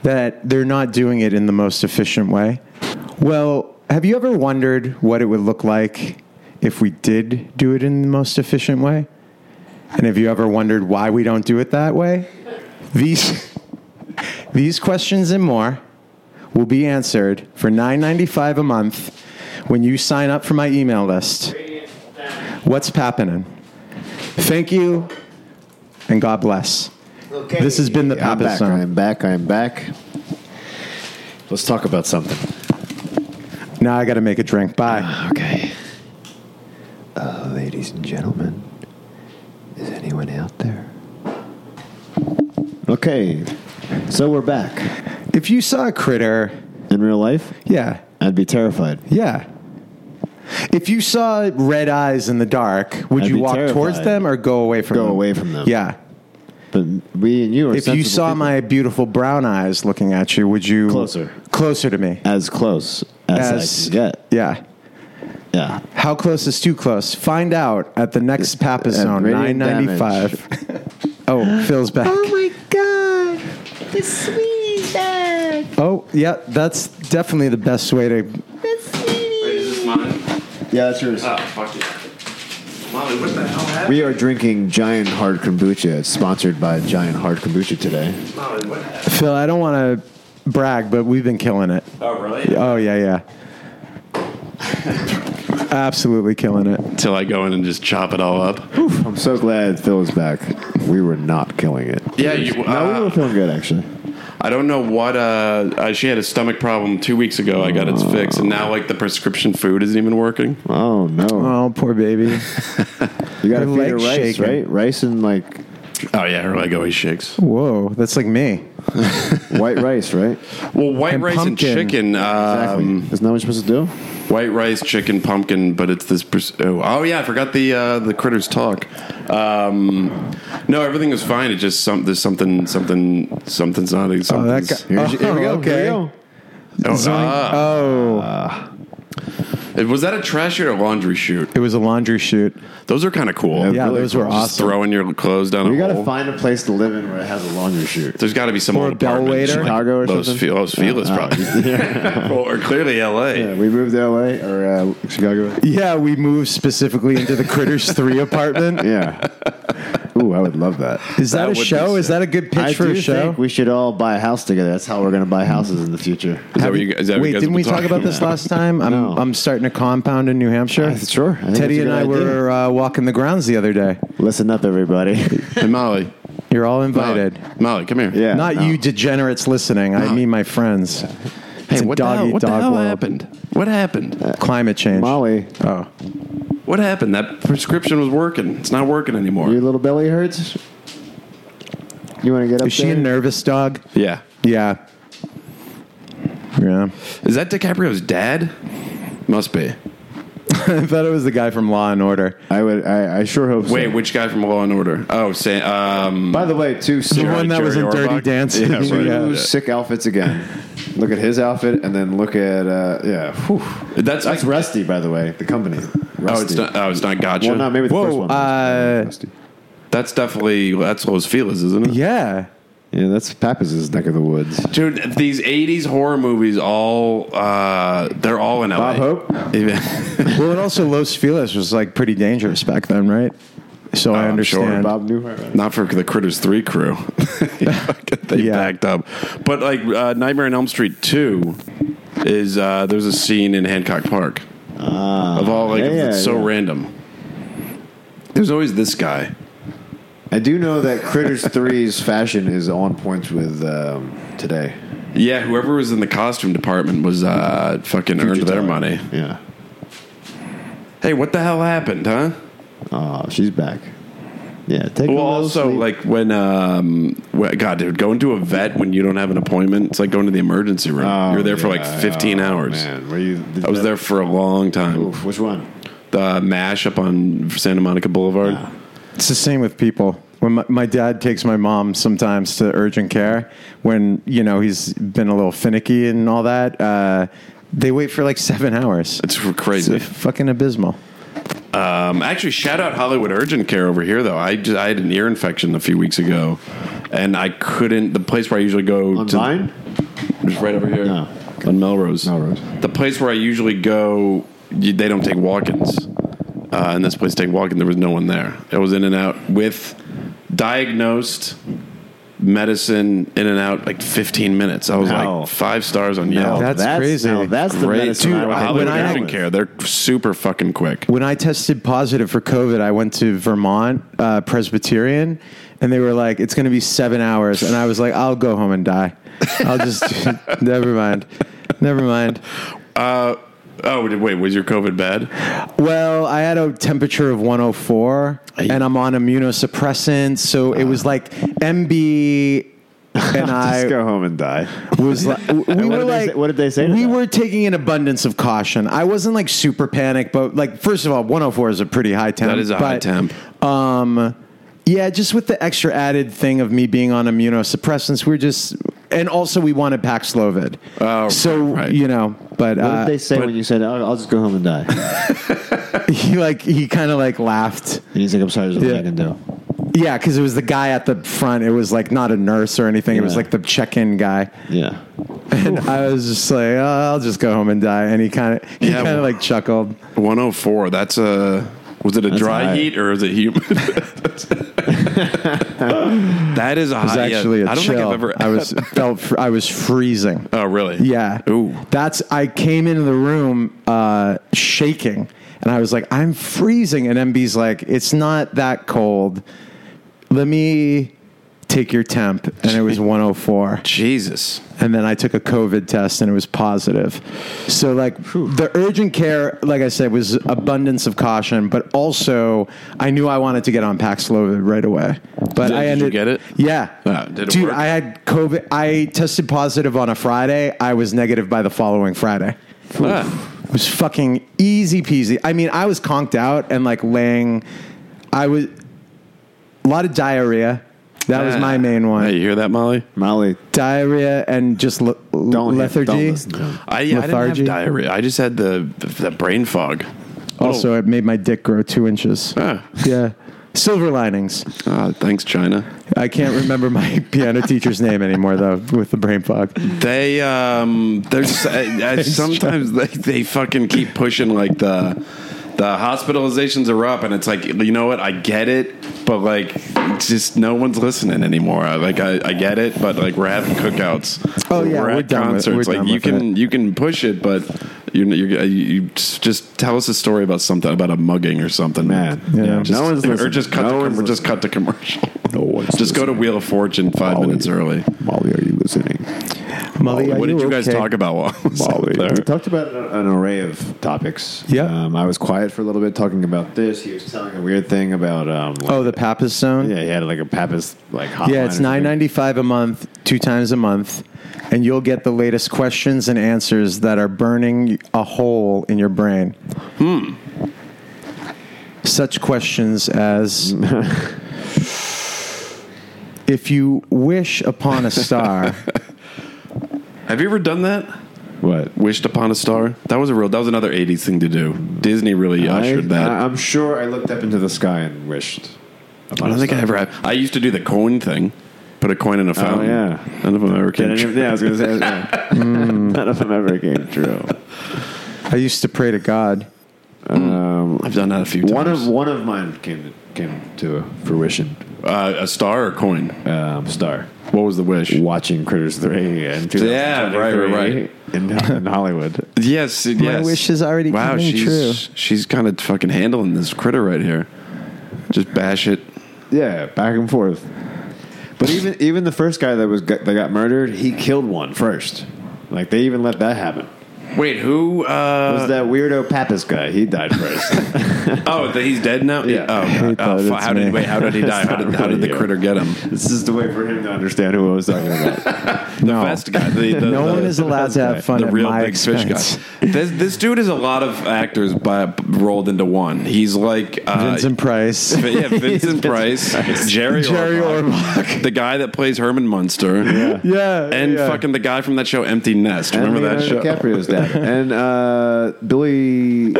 that they're not doing it in the most efficient way. Well, have you ever wondered what it would look like if we did do it in the most efficient way? And have you ever wondered why we don't do it that way? These these questions and more will be answered for $9.95 a month when you sign up for my email list. What's happening? Thank you and God bless. This has been the I'm Papa back. Zone. I'm back. I'm back. Let's talk about something. Now I got to make a drink. Bye. Okay. Uh, ladies and gentlemen, is anyone out there? Okay, so we're back If you saw a critter, in real life. yeah, I'd be terrified. yeah. If you saw red eyes in the dark, would I'd you be walk towards terrified. them or go away from Go them? away from them. Yeah. But we and you are. if you sensible saw people. my beautiful brown eyes looking at you, would you Closer. closer to me? as close as, As- I can get, Yeah. yeah, How close is too close? Find out at the next Papa Zone, radiant nine ninety five. oh, Phil's back. Oh my god! The sweetie bag! Oh, yeah, that's definitely the best way to. The sweetie! is this mine? yeah, that's yours. Oh, fuck yeah. Molly, what the hell happened? we are drinking Giant Hard Kombucha. It's sponsored by Giant Hard Kombucha today. Molly, what happened? Phil, I don't want to brag, but we've been killing it. Oh, really? Oh yeah, yeah. Absolutely killing it. Until I go in and just chop it all up. I'm so glad Phil is back. We were not killing it. Yeah, you, no, we were uh, feeling good actually. I don't know what. Uh, uh, she had a stomach problem two weeks ago. I got it fixed, and now like the prescription food isn't even working. Oh no, Oh, poor baby. you gotta her feed her leg's rice, shaking. right? Rice and like Oh yeah, her leg always shakes. Whoa, that's like me. white rice, right? Well, white And rice pumpkin. and chicken. Exactly. Um, Isn't that what you're supposed to do? White rice, chicken, pumpkin, but it's this. Pers- oh, oh yeah, I forgot the uh, the critters talk. Um, no, everything was fine. It just some there's something something something's not Oh, that something's. guy. Here's- here we go, Okay. here we go. Oh, Zoink. ah. Oh, It- was that a trash chute or laundry chute? it was a laundry shoot. Those are kind of cool. Yeah, Yeah, Really those were cool. Just awesome. throwing your clothes down You a gotta hole. find a place to live in where it has a laundry chute. There's got to be some Or a old apartment bellwaiter. in Chicago or Los something? Fe- Los Feliz, probably. Well, or clearly L.A. Yeah, we moved to LA or uh, Chicago. Yeah, we moved specifically into the Critters Three apartment. Yeah. Ooh, I would love that. Is that, That a would be show? Is sick. that a good pitch I for do a show? think we should all buy a house together. That's how we're going to buy houses in the future. Is that what you, is that what Wait, you guys didn't have we been talk about talking this last time? I'm No. I'm starting a compound in New Hampshire. Uh, sure. I think Teddy that's and a I good idea. were uh, walking the grounds the other day. Listen up, everybody. Hey, Molly, You're all invited. Molly, Molly, come here. Yeah. Not no. you degenerates listening. I No. mean my friends. Hey, a what the dog hell, eat what the dog hell world. happened? What happened? Climate change. Molly, Oh. What happened? That prescription was working. It's not working anymore. your little belly hurts. You want to get up Is she there? a nervous dog? yeah. Yeah. Yeah. Is that DiCaprio's dad? Must be. I thought it was the guy from Law and Order. I would. I, I sure hope. Wait, So. which guy from Law and Order? Oh, say, um, By the way, too. The Sarah- one that was in Jerry Dirty Orbach? Dancing. Yeah, right. Two Yeah. sick outfits again. Look at his outfit, and then look at uh, yeah. Whew. that's, That's like, Rusty, by the way, the company. Rusty. oh, it's not, oh, it's not Gotcha. Well, no, maybe the Whoa, first one. uh, Rusty. that's definitely that's Los Feliz, isn't it? Yeah. Yeah, that's Pappas' neck of the woods. Dude, these '80s horror movies all uh, they're all in LA. Bob Hope. Well, and also Los Feliz was like pretty dangerous back then, right? So Oh, I I'm sure. understand. Bob Newhart. Not for the Critters 3 crew. they Yeah. backed up. But like uh, Nightmare on Elm Street 2 is uh, there's a scene in Hancock Park. of all like yeah, Ah, yeah, it's so yeah. random. There's always this guy. I do know that Critters 3's fashion is on point with um, today. Yeah, whoever was in the costume department was uh, fucking earned their money. Yeah. Hey, what the hell happened, huh? Oh, she's back. Yeah. Take a Well, little also sleep. like when um, wh- God, dude, going to a vet when you don't have an appointment, it's like going to the emergency room. Oh, You're there for yeah, like 15 oh, hours. Man, were you? did I was that- there for a long time. Oof, which one? The uh, mash up on Santa Monica Boulevard. Ah, It's the same with people. When my, my dad takes my mom sometimes to urgent care, when you know he's been a little finicky and all that, uh, they wait for like seven hours. It's crazy. It's fucking abysmal. Um, actually, shout out Hollywood Urgent Care over here, though. I, just, I had an ear infection a few weeks ago, and I couldn't. The place where I usually go On to Vine? just right over here No. on Melrose. Melrose. The place where I usually go, you, they don't take walk-ins, uh, and this place take walk-in. There was no one there. It was in and out with diagnosed medicine in and out like 15 minutes. I was No. like five stars on Yelp. That's crazy. now Oh, that's the Great, medicine dude. I would have Hollywood when I- gone Urgent with. Care. They're super fucking quick. When I tested positive for COVID, I went to Vermont uh, Presbyterian, and they were like, "It's going to be seven hours," and I was like, "I'll go home and die. I'll just never mind, never mind." Uh, oh wait, was your COVID bad? Well, I had a temperature of 104, and I'm on immunosuppressants, so it Ah. was like MB. And Just I go home and die. was like, we what were did they like, say- what did they say to We that? were taking an abundance of caution. I wasn't like super panicked, but like, first of all, 104 is a pretty high temp. That is a high but, temp. Um, yeah, just with the extra added thing of me being on immunosuppressants, we're just, and also we wanted Paxlovid. Oh, so right. you know, but What uh, did they say when you said, "I'll I'll just go home and die"? And he like he kind of like laughed. he's like, "I'm sorry, there's nothing Yeah. I can do." Yeah, because it was the guy at the front. It was like not a nurse or anything. It was Yeah. like the check-in guy, Yeah. and I was just like, oh, "I'll just go home and die." And he kind of, he Yeah, kind well- of like chuckled. 104. That's a. Was it a dry high. heat or is it humid? that is a It was high. actually yeah, a I don't chill. think I've ever. I was felt. Fr- I was freezing. Oh really? Yeah. Ooh. That's. I came into the room uh, shaking, and I was like, "I'm freezing." And MB's like, "It's not that cold. Let me take your temp." And it was 104. Jesus. and then I took a COVID test and it was positive. So like the urgent care, like I said, was abundance of caution, but also I knew I wanted to get on Paxlovid right away. But Did- I did you ended get it? Yeah, Uh, did it dude, work? I had COVID. I tested positive on a Friday. I was negative by the following Friday. Ah. It was fucking easy peasy. I mean, I was conked out and like laying. I was a lot of diarrhea. That was my main one Hey, you hear that, Molly? Molly, diarrhea and just le- don't lethargy. Don't listen to him. I, yeah, I didn't Lethargy? have diarrhea. I just had the the, the brain fog. also, it made my dick grow two inches. Ah. Yeah. Silver linings. Ah, thanks, China. I can't remember my piano teacher's name anymore, though, with the brain fog. They um, there's I, I, sometimes they, they fucking keep pushing like the the hospitalizations are up, and it's like you know what I get it, but like it's just no one's listening anymore. I, like I, I get it, but like we're having cookouts. Oh, yeah, we're, we're at done with- concerts. we're like done you with can you can push it, but you you you just just tell us a story about something about a mugging or something, Man, Yeah. Just, no one's listening. or just cut no to one's com- just listening. cut to commercial. No one's just go to Wheel of Fortune five Molly. minutes early. Molly, are you listening? Molly, are what did you guys Oh, okay? talk about while I was up Molly. there? We talked about an an array of topics. Yeah. Um, I was quiet for a little bit talking about this. He was telling a weird thing about. Um, like- Oh, the Pappas Zone? Yeah, he had like a Pappas like hotline. Yeah, it's or something. nine ninety five a month, two times a month, and you'll get the latest questions and answers that are burning a hole in your brain. Hmm. Such questions as if you wish upon a star, Have you ever done that? What? Wished upon a star. That was a real. That was another '80s thing to do. Disney really ushered that. I, I, am sure I looked up into the sky and wished. don't think I ever. Have. I used to do the coin thing. Put a coin in a fountain. yeah. None of them ever Did came. any, true. Mm. yeah, I was going to say. yeah. None of them ever came true. I used to pray to God. I've done that a few One times. of one of mine came came to fruition. uh, a star or coin. Um, star What was the wish? watching Critters three and Yeah, right, right, right. in, in Hollywood. Yes, yes. wish is already wow, coming she's, true. She's kind of fucking handling this critter right here. Just bash it. Yeah, back and forth. But even even the first guy that was got, that got murdered, he killed one first. Like they even let that happen. Wait, who? It was Uh, that weirdo Pappas guy? He died first. oh, that he's dead now. Yeah. Oh, I God. that Oh, fu- it's how me. did wait? How did he die? It's How not did, how did really the you. critter get him? this is the way for him to understand who I was talking about. The best guy. The, the, no the- one is allowed to have fun the at real my big fish expense. guy. This, this dude is a lot of actors by, rolled into one. He's like uh, Vincent Price. But yeah, Vincent Price, Jerry, Jerry Orbach, the guy that plays Herman Munster, yeah, and yeah. fucking the guy from that show Empty Nest. Remember that show? Leonardo DiCaprio's dad and uh, Billy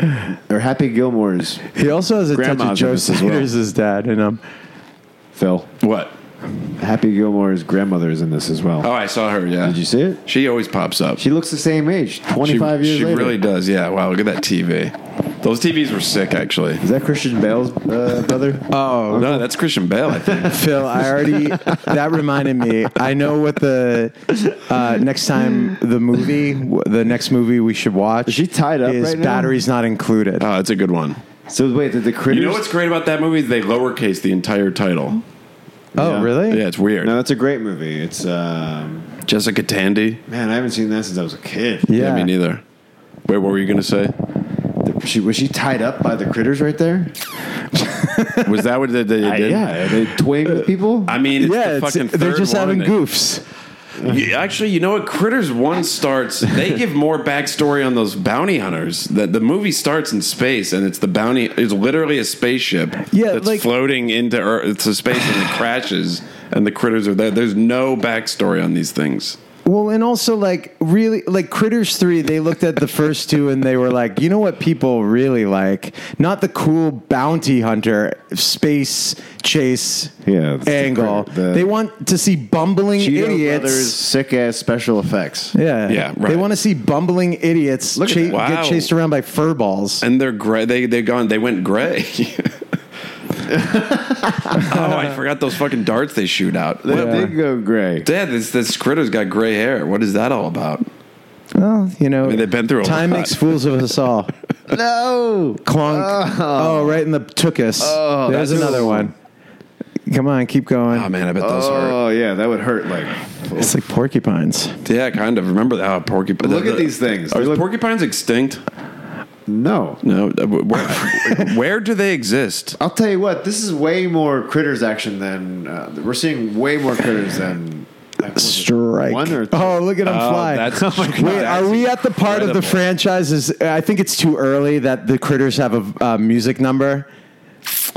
or Happy Gilmore's He also has a touch of Grandma's in Joe this as well. Sanders' dad in him. Phil. What? Happy Gilmore's grandmother is in this as well. Oh, I saw her. Yeah, Did you see it? She always pops up. She looks the same age, She- twenty five years She later. really does. Yeah. Wow. Look at that TV. Those TVs were sick, actually. is that Christian Bale's uh, brother? Oh no, that's Christian Bale. I think. Phil, I already that reminded me. I know what the uh, next time the movie, the next movie we should watch. Is she tied up Is right now? batteries not included? Oh, that's a good one. So wait, did the critters? You know what's great about that movie? is They lowercase the entire title. oh, yeah. really? Yeah, it's weird. no, that's a great movie. It's um, Jessica Tandy. man, I haven't seen that since I was a kid. Yeah. me neither. Wait, what were you gonna say? The- she, was she tied up by the critters right there? Was that what they, they I- did? yeah, they twang with people. I mean, it's Yeah, the it's- fucking third they're just one having that- goofs. You- actually, you know what? Critters one starts. They give more backstory on those bounty hunters. That the movie starts in space, and it's the bounty. It's literally a spaceship. Yeah, that's like- floating into Earth. It's a space, and it crashes, and the critters are there. There's no backstory on these things. Well, and also like really like Critters 3, they looked at the first two and they were like, you know what people really like? Not the cool bounty hunter space chase Yeah, it's the angle. crit- the- they want to see bumbling idiots. sick ass special effects. Yeah. Yeah, right. They want to see bumbling idiots Look at cha- that. Wow. get chased around by fur balls. And they're gray. They they gone. They went gray. oh, I forgot those fucking darts they shoot out. They What- did go gray. Dad, this this critter's got gray hair. What is that all about? Well, you know, mean, they've been through a time lot. makes fools of us all. No, Clunk. Oh, right in the tookus. Oh, There's that's- another one. Come on, keep going. Oh man, I bet those hurt. Oh yeah, that would hurt. Like, it's like porcupines. Yeah, kind of. Remember that oh, porcupine. Look the- at the- these things. Are They look- porcupines extinct? no. No. uh, Where, where do they exist? I'll tell you what. This is way more critters action than uh, we're seeing. Way more critters than uh, like, was it Strike. One or two? oh, look at him fly. that's- Oh my God, Wait, that's are we at the part of the incredible. franchises? I think it's too early that the critters have a uh, music number.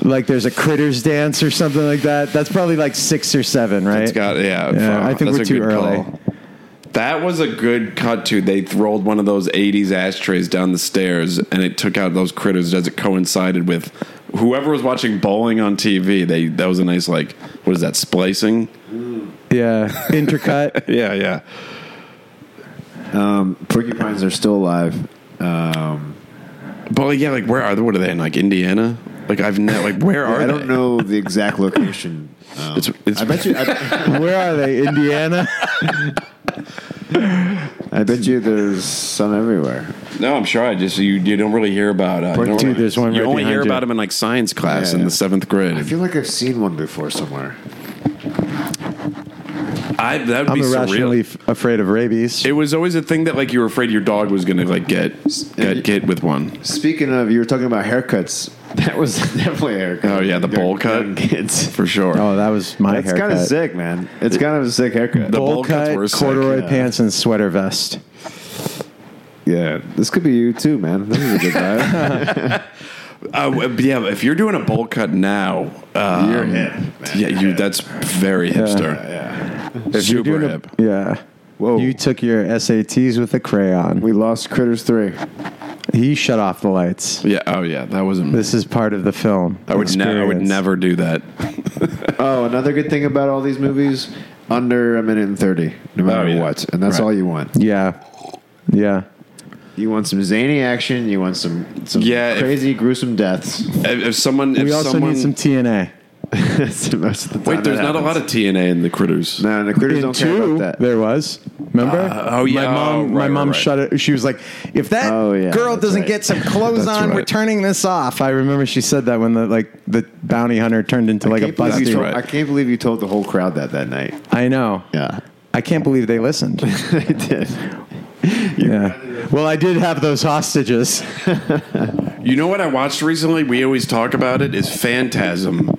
Like there's a critters dance or something like that. That's probably like six or seven, right? It's got yeah. Yeah, I think that's we're a too good early. call. That was a good cut too. They rolled one of those '80s ashtrays down the stairs, and it took out those critters as it coincided with whoever was watching bowling on TV. They that was a nice like what is that splicing? yeah, intercut. Yeah, yeah. Porcupines are still alive. Um, But like, yeah, like where are they? What are they in? Like Indiana? Like I've never like where are I they? don't know the exact location. Um, It's, it's I bet you. I, Where are they? Indiana. I bet you there's some everywhere. No, I'm sure. I just you you don't really hear about. Uh, you Part don't two, really- there's one You right only hear behind you. about them in like science class Yeah, in yeah. the seventh grade. I feel like I've seen one before somewhere. I that would I'm be irrationally surreal. f- afraid of rabies. It was always a thing that like you were afraid your dog was gonna like get get hit with one. Speaking of, you were talking about haircuts. That was definitely a haircut. Oh, yeah, the Young- bowl cut? young Kids. For sure. oh, that was my That's haircut. kind of sick, man. It's kind of a sick haircut. The Bowl bowl cuts cut, were sick, corduroy yeah. pants, and sweater vest. yeah, this could be you too, man. This is a good vibe. Uh, w- yeah, if you're doing a bowl cut now, um, You're hip, man. Yeah, you. That's very hipster. If You're Super doing a- hip. yeah. Whoa. You took your SATs with a crayon. we lost Critters Three. He shut off the lights. yeah. Oh yeah. That wasn't. This is part of the film. I would never. I would experience. never do that. Oh, another good thing about all these movies: under a minute and thirty, no matter Oh, yeah. what, and that's Right. all you want. Yeah, yeah. You want some zany action. You want some some Yeah, if- crazy, gruesome deaths. If, if someone, we if also someone, need some TNA. Most of the time Wait, there's that not a lot happens. of TNA in the critters. No, the critters don't care about that. there was. Remember? Uh, oh, yeah. My mom, Oh, right, my right, mom right. shut it. She was like, "If that Oh, yeah, girl that's doesn't right. get some clothes That's on, we're right. turning this off." I remember she said that when the like the bounty hunter turned into like I a can't believe you busty. told- right. I can't believe you told the whole crowd that that night. I know. Yeah, I can't believe they listened. I did. yeah. Well, I did have those hostages. You know what I watched recently? We always talk about it. Is Phantasm.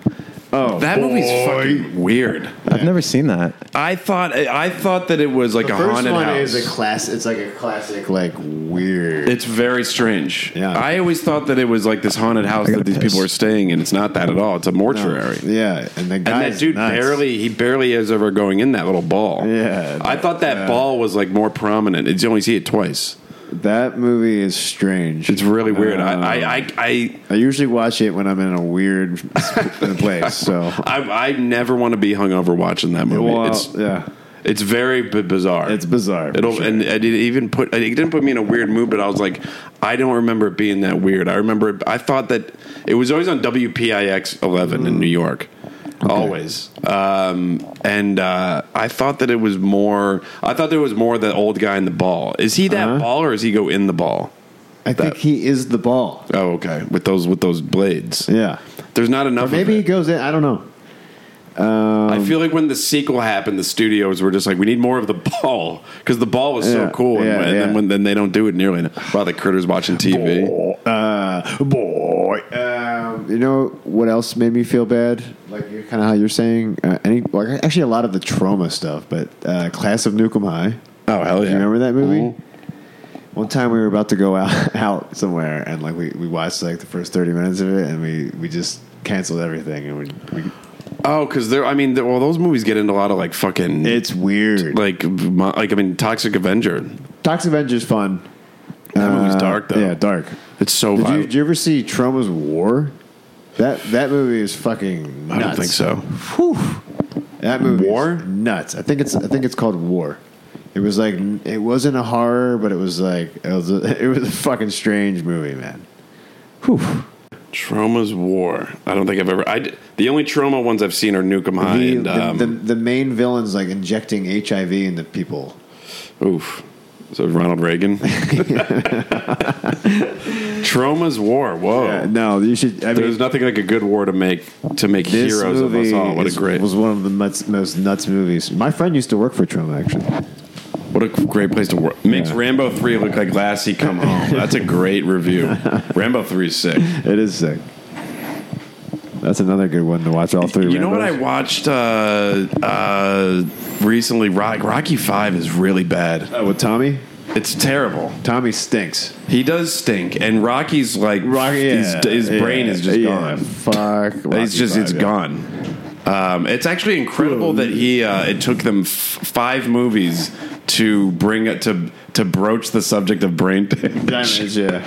Oh, that movie's fucking weird. I've never seen that. I thought I thought that it was like The a first haunted one house. is a class. It's like a classic, like weird. it's very strange. Yeah. I always thought that it was like this haunted house that these piss. people are staying in. It's not that at all. It's a mortuary. Yeah, and the And guy that dude barely he barely is ever going in that little ball. Yeah, I thought that yeah. ball was like more prominent. It's you only see it twice. That movie is strange. It's really weird. I, Uh, I, I, I I usually watch it when I'm in a weird place. So I, I never want to be hungover watching that movie. Well, it's yeah, it's very b- bizarre. it's bizarre. for It'll sure. and, and it even put it didn't put me in a weird mood, but I was like, I don't remember it being that weird. I remember it, I thought that it was always on WPIX eleven in New York, always. Um, and uh, I thought that it was more. I thought there was more the old guy in the ball. Is he Uh-huh. that ball or is he go in the ball? I think he is the ball. Oh, okay. With those with those blades, Yeah, there's not enough. of maybe it. he goes in. I don't know. I Um, feel like when the sequel happened, the studios were just like, "We need more of the ball" because the ball was so Yeah, cool, and, yeah, and then yeah. when then they don't do it nearly. enough. Wow, the critters watching TV. Uh, boy. Um, you know what else made me feel bad? Like kind of how you're saying. Uh, any like actually a lot of the trauma stuff, but uh, Class of Nukem High. Oh hell yeah! Mm-hmm. Do you remember that movie? One time we were about to go out, out somewhere, and like we, we watched like the first thirty minutes of it, and we, we just canceled everything, and we, we Oh, because they're. I mean, they're, well, those movies get into a lot of like fucking. it's weird. like mo- like I mean, Toxic Avenger. Toxic Avenger's fun. Uh, That movie's dark though. Yeah, dark. It's so Did you, violent. did you ever see Trauma's War? That that movie is fucking. I Nuts. don't think so. That movie War? war nuts. I think it's I think it's called War. It was like it wasn't a horror, but it was like it was a, it was a fucking strange movie, man. Trauma's War. I don't think I've ever. I d- the only trauma ones I've seen are Nukem High The, and the- um, the, the main villain's like injecting HIV into people. Oof. So Ronald Reagan. Trauma's War. Whoa. Yeah, no, you should. I Oh. There's mean, nothing like a good war to make to make this heroes of us movie all. What a is- great, was one of the most, most nuts movies. My friend used to work for Trauma actually. what a great place to work. Makes Rambo three look like Lassie Come Home. That's a great review. Rambo three is sick. It is sick. That's another good one to watch. All three. You know what I Rambos. watched uh, uh, recently? Rock, Rocky Five is really bad. Uh, with Tommy? It's terrible. Tommy stinks. He does stink, and Rocky's like his, his brain is just gone. Fuck. it's just it's gone. Um, it's actually incredible that he uh, it took them f- five movies to bring it to to broach the subject of brain damage. yeah.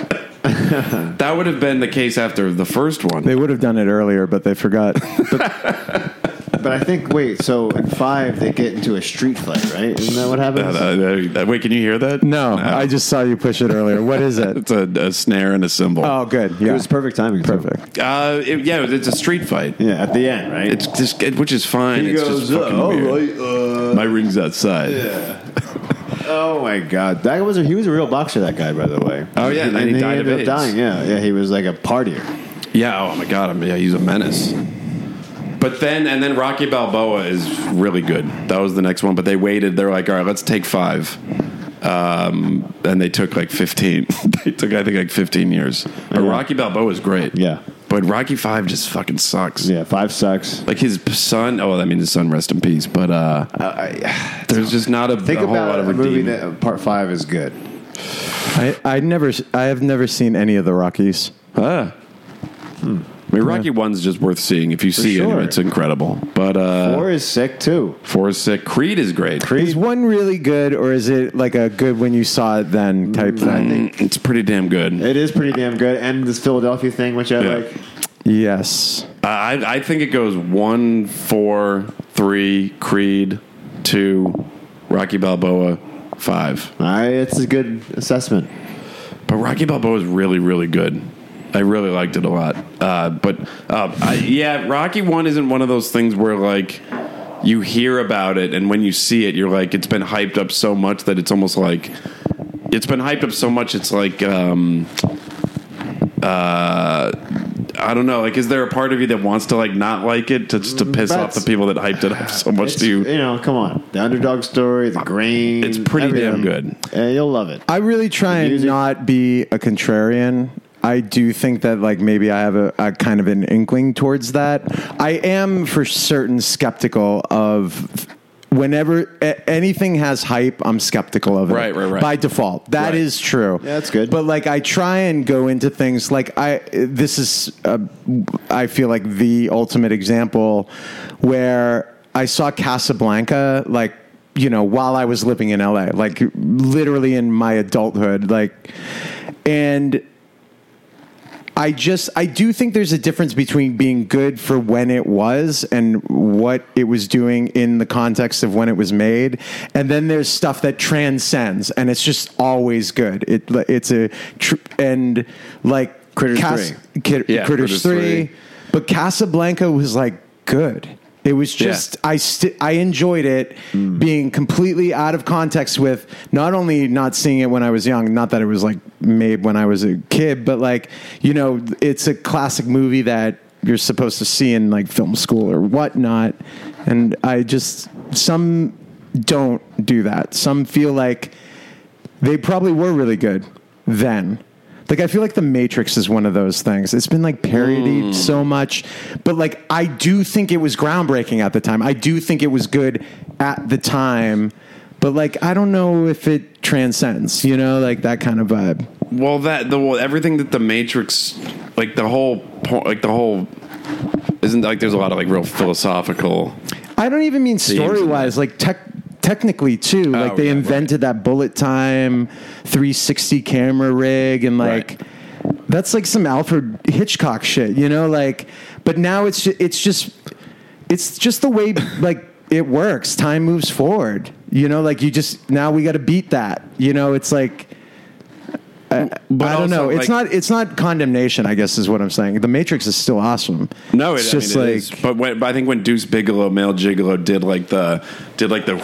that would have been the case after the first one. They would have done it earlier, but they forgot. But I think wait, so in five they get into a street fight, right? Isn't that what Uh, happens? uh, uh, wait, can you hear that? No, I just saw you push it earlier. What is it? It's a, a snare and a cymbal. Oh, good. It Yeah, was perfect timing. too. perfect. Uh, it- yeah, it's a street fight. Yeah, at the end, right? It's just it- which is fine. it's just fucking weird. "Oh, right. My ring's outside. oh my god, that was a, he was a real boxer. That guy, by the way. Oh, yeah, and, and he he, died of ended up AIDS. dying. Yeah, yeah, he was like a partier. Yeah. Oh my god. I'm, yeah, he's a menace. But then, and then Rocky Balboa is really good. That was the next one. But they waited. They're like, all right, let's take five. Um, and they took like 15. they took, I think, like 15 years. But Rocky Balboa is great. Yeah. But Rocky Five just fucking sucks. Yeah, five sucks. Like his son. Oh, I mean, his son, rest in peace. But uh, there's just not a, Think a whole about lot of a movie redeeming. that uh, part five is good. I, I never, I have never seen any of the Rockies. Ah. I mean, Rocky One's just worth seeing if you see Hmm. sure. it. It's incredible. But uh, War is sick too. Four is sick. Creed is great. Is one really good, or is it like a good when you saw it then type Mm. thing? It's pretty damn good. It is pretty damn good. And this Philadelphia thing, which I Yeah. like. Yes. I, I think it goes one, four, three, Creed, two, Rocky Balboa, five. I, it's a good assessment. But Rocky Balboa is really, really good. I really liked it a lot. Uh, but uh, I, yeah, Rocky One isn't one of those things where like you hear about it and when you see it, you're like, it's been hyped up so much that it's almost like it's been hyped up so much. It's like. Um, uh, I don't know. Like, is there a part of you that wants to like not like it to just to piss off the That's- people that hyped it up so much It's, to you? you know, come on. The underdog story, the grain. It's pretty damn good. Uh, you'll love it. I really try and Music. not be a contrarian. I do think that like maybe I have a, a kind of an inkling towards that. I am for certain skeptical of whenever a- anything has hype, I'm skeptical of it. Right, right, right. By default. that is Right. true. Yeah, that's good. But like I try and go into things like I this is uh, I feel like the ultimate example where I saw Casablanca like you know while I was living in LA like literally in my adulthood like and I just I do think there's a difference between being good for when it was and what it was doing in the context of when it was made, and then there's stuff that transcends and it's just always good. It it's a tr- and like Critters three. Kid, Yeah, Critters Critters, three, three. but Casablanca was like good. It was just I sti I enjoyed it being completely out of context with not only not seeing it when I was young, not that it was like made when I was a kid, but like you know, it's a classic movie that you're supposed to see in like film school or whatnot, and I just some don't do that. Some feel like they probably were really good then. Like I feel like The Matrix is one of those things. It's been like parodied so much, but like I do think it was groundbreaking at the time. I do think it was good at the time, but like I don't know if it transcends. You know, like that kind of vibe. Well, that the well, everything that the Matrix, like the whole point, like the whole, isn't like there's a lot of like real philosophical. I don't even mean in story wise. Like tech, technically too. like they Oh, yeah, right. invented that bullet time, three sixty camera rig, and like Right. that's like some Alfred Hitchcock shit, you know. Like, but now it's ju- it's just it's just the way like it works. Time moves forward, you know. Like you just now we got to beat that, you know. It's like. But I don't also, know. It's like- not. It's not condemnation. I guess is what I'm saying. The Matrix is still awesome. No, it, it's I mean, it is. but, when, but I think when Deuce Bigelow, Male Gigolo, did like the did like the,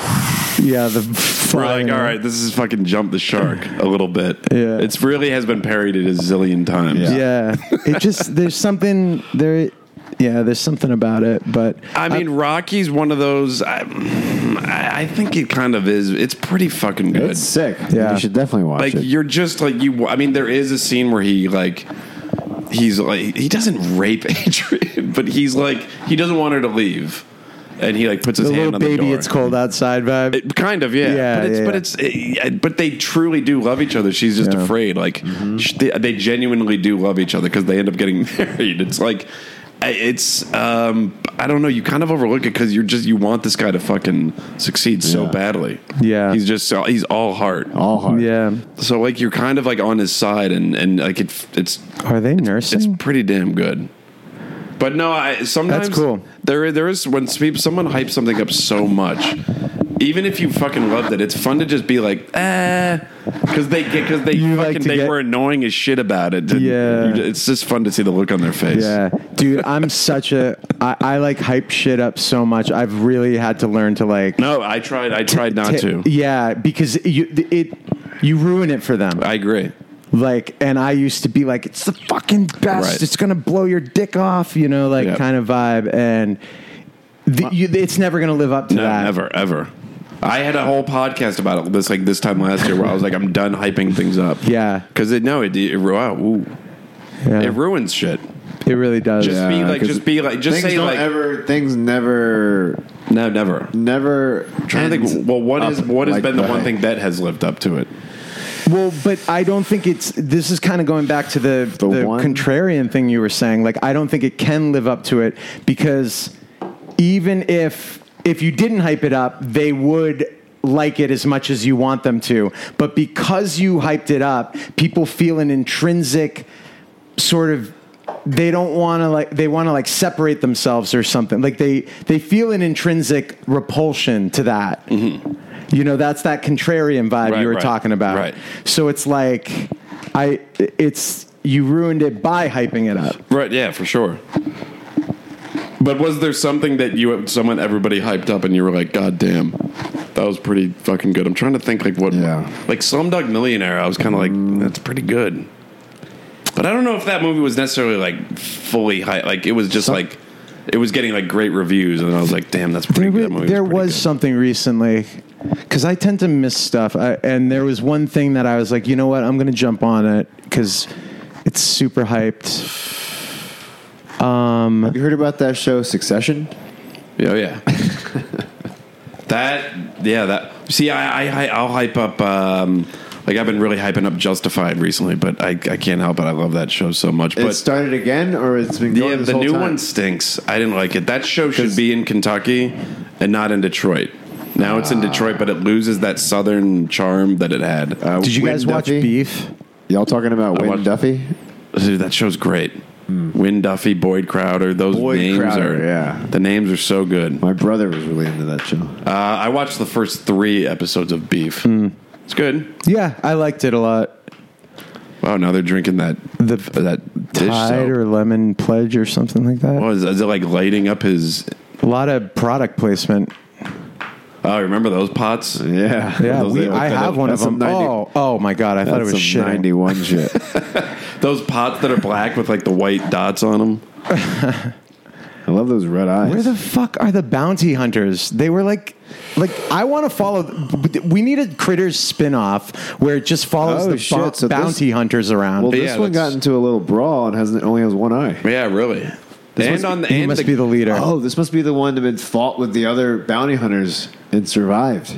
yeah. The we're like, flying- all right, this is fucking jump the shark a little bit. Yeah. it's really has been parodied a zillion times. Yeah. It just there's something there yeah, there's something about it, but I mean, Rocky's one of those. I, I I think it kind of is. It's pretty fucking good. It's sick. Yeah. You should definitely watch like it. you're just like you i mean there is a scene where he like he's like he doesn't rape adrian but he's like he doesn't want her to leave and he like puts his the hand little on the baby door it's cold outside vibe. It- kind of yeah, Yeah, but it's yeah, but it's eh, but they truly do love each other she's just Yeah. Mm-hmm. afraid like sh they, they genuinely do love each other because they end up getting married it's like I- it's um i don't know you kind of overlook it because you're just you want this guy to fucking succeed so Yeah. badly Yeah. he's just so he's all heart All hard. yeah. so like you're kind of like on his side, and and like it, it's Are they nursing? it's pretty damn good. But no, I sometimes That's cool. There there is when spe- someone hypes something up so much, even if you fucking loved it, it's fun to just be like, eh, because they get because they You fucking like to they get- were annoying as shit about it. and Yeah. you- it's just fun to see the look on their face. Yeah, dude, I'm such a I, I like hype shit up so much. I've really had to learn to like No, I tried. I tried not ta- to. Yeah, because you it you ruin it for them. I agree. Like, and I used to be like, it's the fucking best. Right. It's gonna blow your dick off, you know, like Yep. kind of vibe. And the, you, it's never gonna live up to No, that. never, ever. I had a whole podcast about it this like this time last year where I was like, I'm done hyping things up. Yeah. because it no, it, it wow, ooh, Yeah. it ruins shit. It really does. Just be Yeah, like, 'cause just be like, just things say don't like, ever. Things never. no, never. Never. Trying to think. end Well, what is up what has like been the that. one thing that has lived up to it? Well, but I don't think it's. This is kind of going back to the the, The one- contrarian thing you were saying. Like, I don't think it can live up to it because even if if you didn't hype it up, they would like it as much as you want them to. But because you hyped it up, people feel an intrinsic sort of they don't want to like they want to like separate themselves or something like they they feel an intrinsic repulsion to that you know that's that contrarian vibe Mm-hmm. Right, you were right, talking about right. so it's like i it's you ruined it by hyping it up. Right, yeah, for sure. But was there something that you someone everybody hyped up and you were like, God damn, that was pretty fucking good. I'm trying to think like what Yeah. like Slumdog Millionaire, I was kinda like, that's pretty good. But I don't know if that movie was necessarily like fully high like it was just like it was getting like great reviews and I was like, damn, that's pretty There, good. That wa- movie there pretty was good. something recently because I tend to miss stuff, I, and there was one thing that I was like, you know what, I'm going to jump on it because it's super hyped. Have you heard about that show Succession? Yeah, oh, yeah. that yeah, that see I, I I I'll hype up um like I've been really hyping up Justified recently, but I, I can't help it. I love that show so much. It But started again, or it's been going Yeah, this the whole new time? one stinks. I didn't like it. That show should be in Kentucky and not in Detroit. Now it's in Ah. Detroit, but it loses that southern charm that it had. Uh, Did you Win guys watch Duffy? Beef? Y'all talking about Wayne watched- Duffy? Dude, that show's great. Win Duffy, Boyd Crowder, those Hmm. Boyd names Crowder, are yeah. the names are so good. Uh, My brother was really into that show. I watched the first three episodes of Beef. Hmm. It's good. Yeah, I liked it a lot. Wow, now they're drinking that The that dish Tide soap. or Lemon Pledge or something like that. What is, is it like lighting up his? A lot of product placement. Oh, remember those pots? Yeah, Yeah, Those we, little- I have one of that's some them. 90 oh, oh my god! I thought it That's was some shit. '91 shit. Those pots that are black with like the white dots on them. I love those red eyes. Where the fuck are the bounty hunters? They were like, like I want to follow. We need a critters spin-off where it just follows Oh, the shit, bo- so this- bounty hunters around. well, But this yeah, one got that's- into a little brawl and has only has one eye. Yeah, really. and must- on the he and must the, be the leader. Oh, this must be the one that been fought with the other bounty hunters and survived.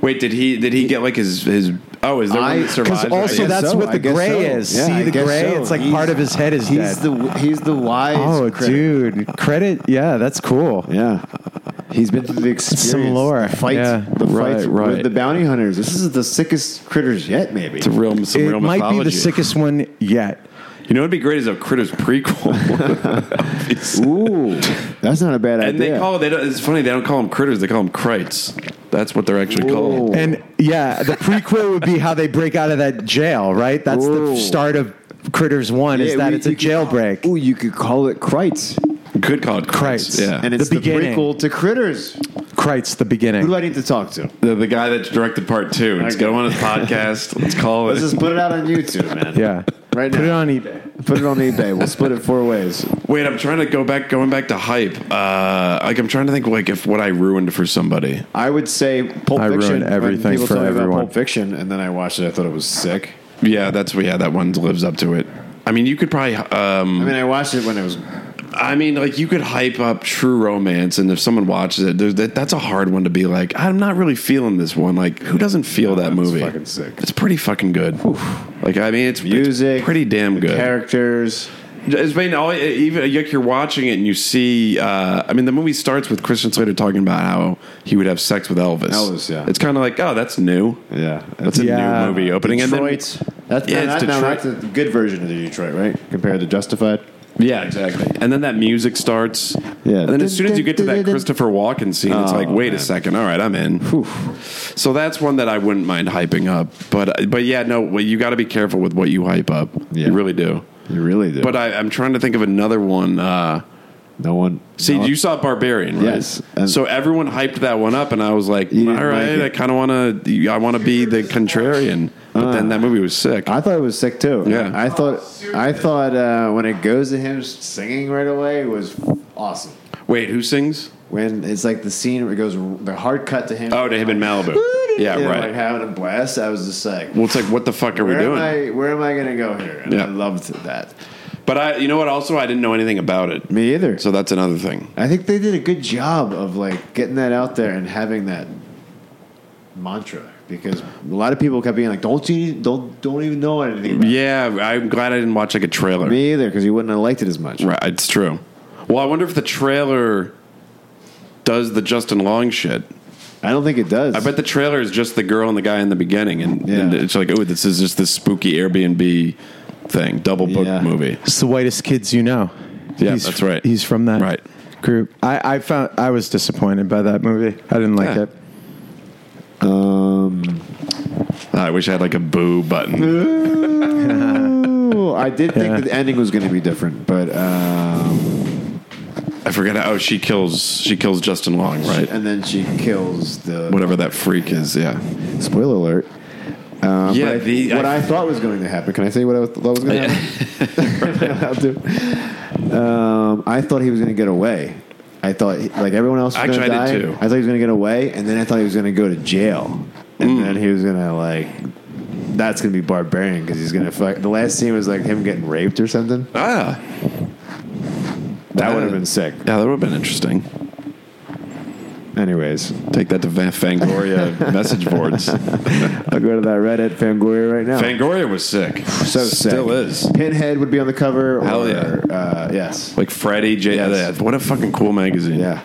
wait, did he did he get like his his oh is there one I- that survives? I also guess that's so, what I the guess gray so. is. Yeah, See I the guess gray? so. It's like He's- part of his head is dead. He's the he's the wise. oh, critter. dude, credit. Yeah, that's cool. Yeah, he's been through the experience, some lore. the fights, Yeah. the Right, fights right. with the bounty hunters. This is the sickest critters yet, maybe. It's a real some It real might mythology. be the sickest one yet. You know what'd be great is a Critters prequel. Ooh, that's not a bad and idea. they call they don't, it's funny they don't call them Critters they call them Krites. That's what they're actually Whoa. called. And yeah, the prequel would be how they break out of that jail, right? That's Ooh. the start of Critters One. is Yeah, that we- it's a you could- jailbreak? Ooh, you could call it Kreitz, You could call it Krites. Krites. Yeah, and it's The the, beginning. prequel to Critters. Kreitz, the beginning. Who do I need to talk to? the, the guy that directed part two. Let's Okay. go on his podcast. Let's call Let's it. just put it out on YouTube, man. Yeah. Right Put it now. on eBay. Put it on eBay. We'll split it four ways. Wait, I'm trying to go back. Going back to hype. Uh, like I'm trying to think like if what I ruined for somebody. I would say Pulp I ruined Fiction. when everything people for told me about everyone. Pulp Fiction, and then I watched it. I thought it was sick. Yeah, that's yeah. That one lives up to it. I mean, you could probably. Um, I mean, I watched it when it was. I mean, like you could hype up True Romance, and if someone watches it, there's- that, that's a hard one to be like, I'm not really feeling this one. Like, who doesn't feel that that's movie? fucking sick. It's pretty fucking good. Like, I mean, it's it's Music, pretty damn the good. Characters. It's been all even like you're watching it and you see. Uh, I mean, the movie starts with Christian Slater talking about how he would have sex with Elvis. Elvis, yeah. It's kind of like, oh, that's new. Yeah, That's a Yeah. new movie opening. And Detroit. then, that's Yeah, yeah, it's that's a good version of the Detroit, right? Compared to Justified. yeah, exactly. And then that music starts. Yeah. And then as soon as you get to that Christopher Walken scene, it's Oh, like, wait a man. second. All right, I'm in. So that's one that I wouldn't mind hyping up. But but yeah, no, well, you got to be careful with what you hype up. Yeah. You really do. You really do. But uh, I, I'm trying to think of another one. Uh, no one. See, no one- you saw Barbarian, right? Yes. And- so everyone hyped that one up, and I was like, You "All didn't right, like I it. kind of want to. I want to be the contrarian." But then that movie was sick. Ah. I thought it was sick too. Yeah. I thought. I thought uh, when it goes to him singing right away was awesome. Wait, who sings? When it's like the scene where it goes the hard cut to him. Oh, to him in Malibu. Yeah, and, Like right. having a blast. I was just like, Well, it's like, what the fuck are we where am doing? I? Where am I going to go here? And Yeah. I loved that. But I, you know what? Also, I didn't know anything about it, Me either. so that's another thing. I think they did a good job of like getting that out there and having that mantra because a lot of people kept being like, "Don't you don't don't even know anything." About Yeah, I'm glad I didn't watch like a trailer. it. Me either, because you wouldn't have liked it as much. Right, it's true. Well, I wonder if the trailer does the Justin Long shit. I don't think it does. I bet the trailer is just the girl and the guy in the beginning, and, and Yeah. it's like, oh, this is just this spooky Airbnb thing, double book Yeah. movie. It's the whitest kids you know. Yeah, that's right. He's from that Right. group. I, I found I was disappointed by that movie. I didn't like Yeah. it. Um, I wish I had like a boo button. ooh, I did think Yeah. that the ending was going to be different, but um, I forget. how- Oh, she kills. She kills Justin Long, right? and then she kills the Whatever that freak is. Yeah. Spoiler alert. Um, Yeah, but I- the- what I- I, thought was going to happen. Can I say what I thought was going to happen? I'll do. Um, I thought he was going to get away. I thought, like everyone else, was Actually, gonna I die. did too. I thought he was going to get away, and then I thought he was going to go to jail, Mm. and then he was going to like. That's going to be barbarian because he's going to fuck. The last scene was like him getting raped or something. Ah. That Uh. would have been sick. Yeah, that would have been interesting. Anyways, Take that to Va- Fangoria message boards. I'll go to that Reddit Fangoria right now. Fangoria was sick. so sick. still is. Pinhead would be on the cover. Hell or, yeah. Uh, yes. Like Friday J. Yes. yeah, What a fucking cool magazine. Yeah.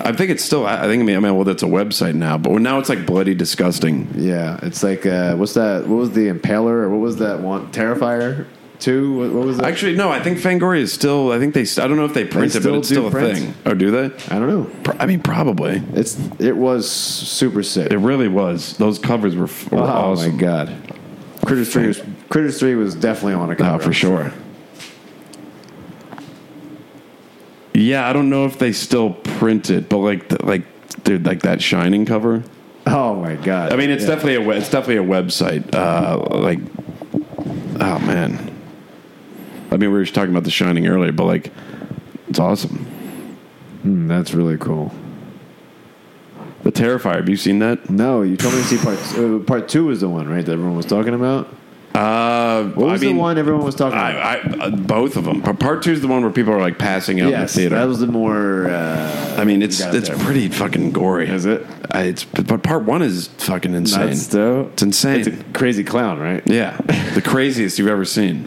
I think it's still. I I think. I mean, I mean, well, that's a website now, but now it's like bloody disgusting. Yeah, it's like uh, what's that? What was the Impaler? Or what was that one? Terrifier two? What, what was that? Actually, no. I think Fangoria is still. I think they. I don't know if they print it, but still it's still do a print. thing. Oh, do they? I don't know. Pro- I mean, probably. It's it was super sick. It really was. Those covers were, f- were oh awesome. my god, Critters three was Critters three was definitely on a cover Oh, for sure. Yeah, I don't know if they still print it, but like, the, like, dude, like that Shining cover. Oh my god, I mean, it's Yeah. definitely a we- it's definitely a website. Uh, like, oh man. I mean, we were just talking about the Shining earlier, but like, it's awesome. Mm, that's really cool. The Terrifier. Have you seen that? No, you told me to see part uh, part two was the one right that everyone was talking about. Uh, What was I mean, the one everyone was talking I, about? I, uh, both of them. But part two is the one where people are like passing out yes, in the theater. that was the more. Uh, I mean, it's You got it it's there. pretty fucking gory. Is it? I, it's but part one is fucking insane. nuts, though. It's insane. It's a crazy clown, right? yeah, the craziest you've ever seen.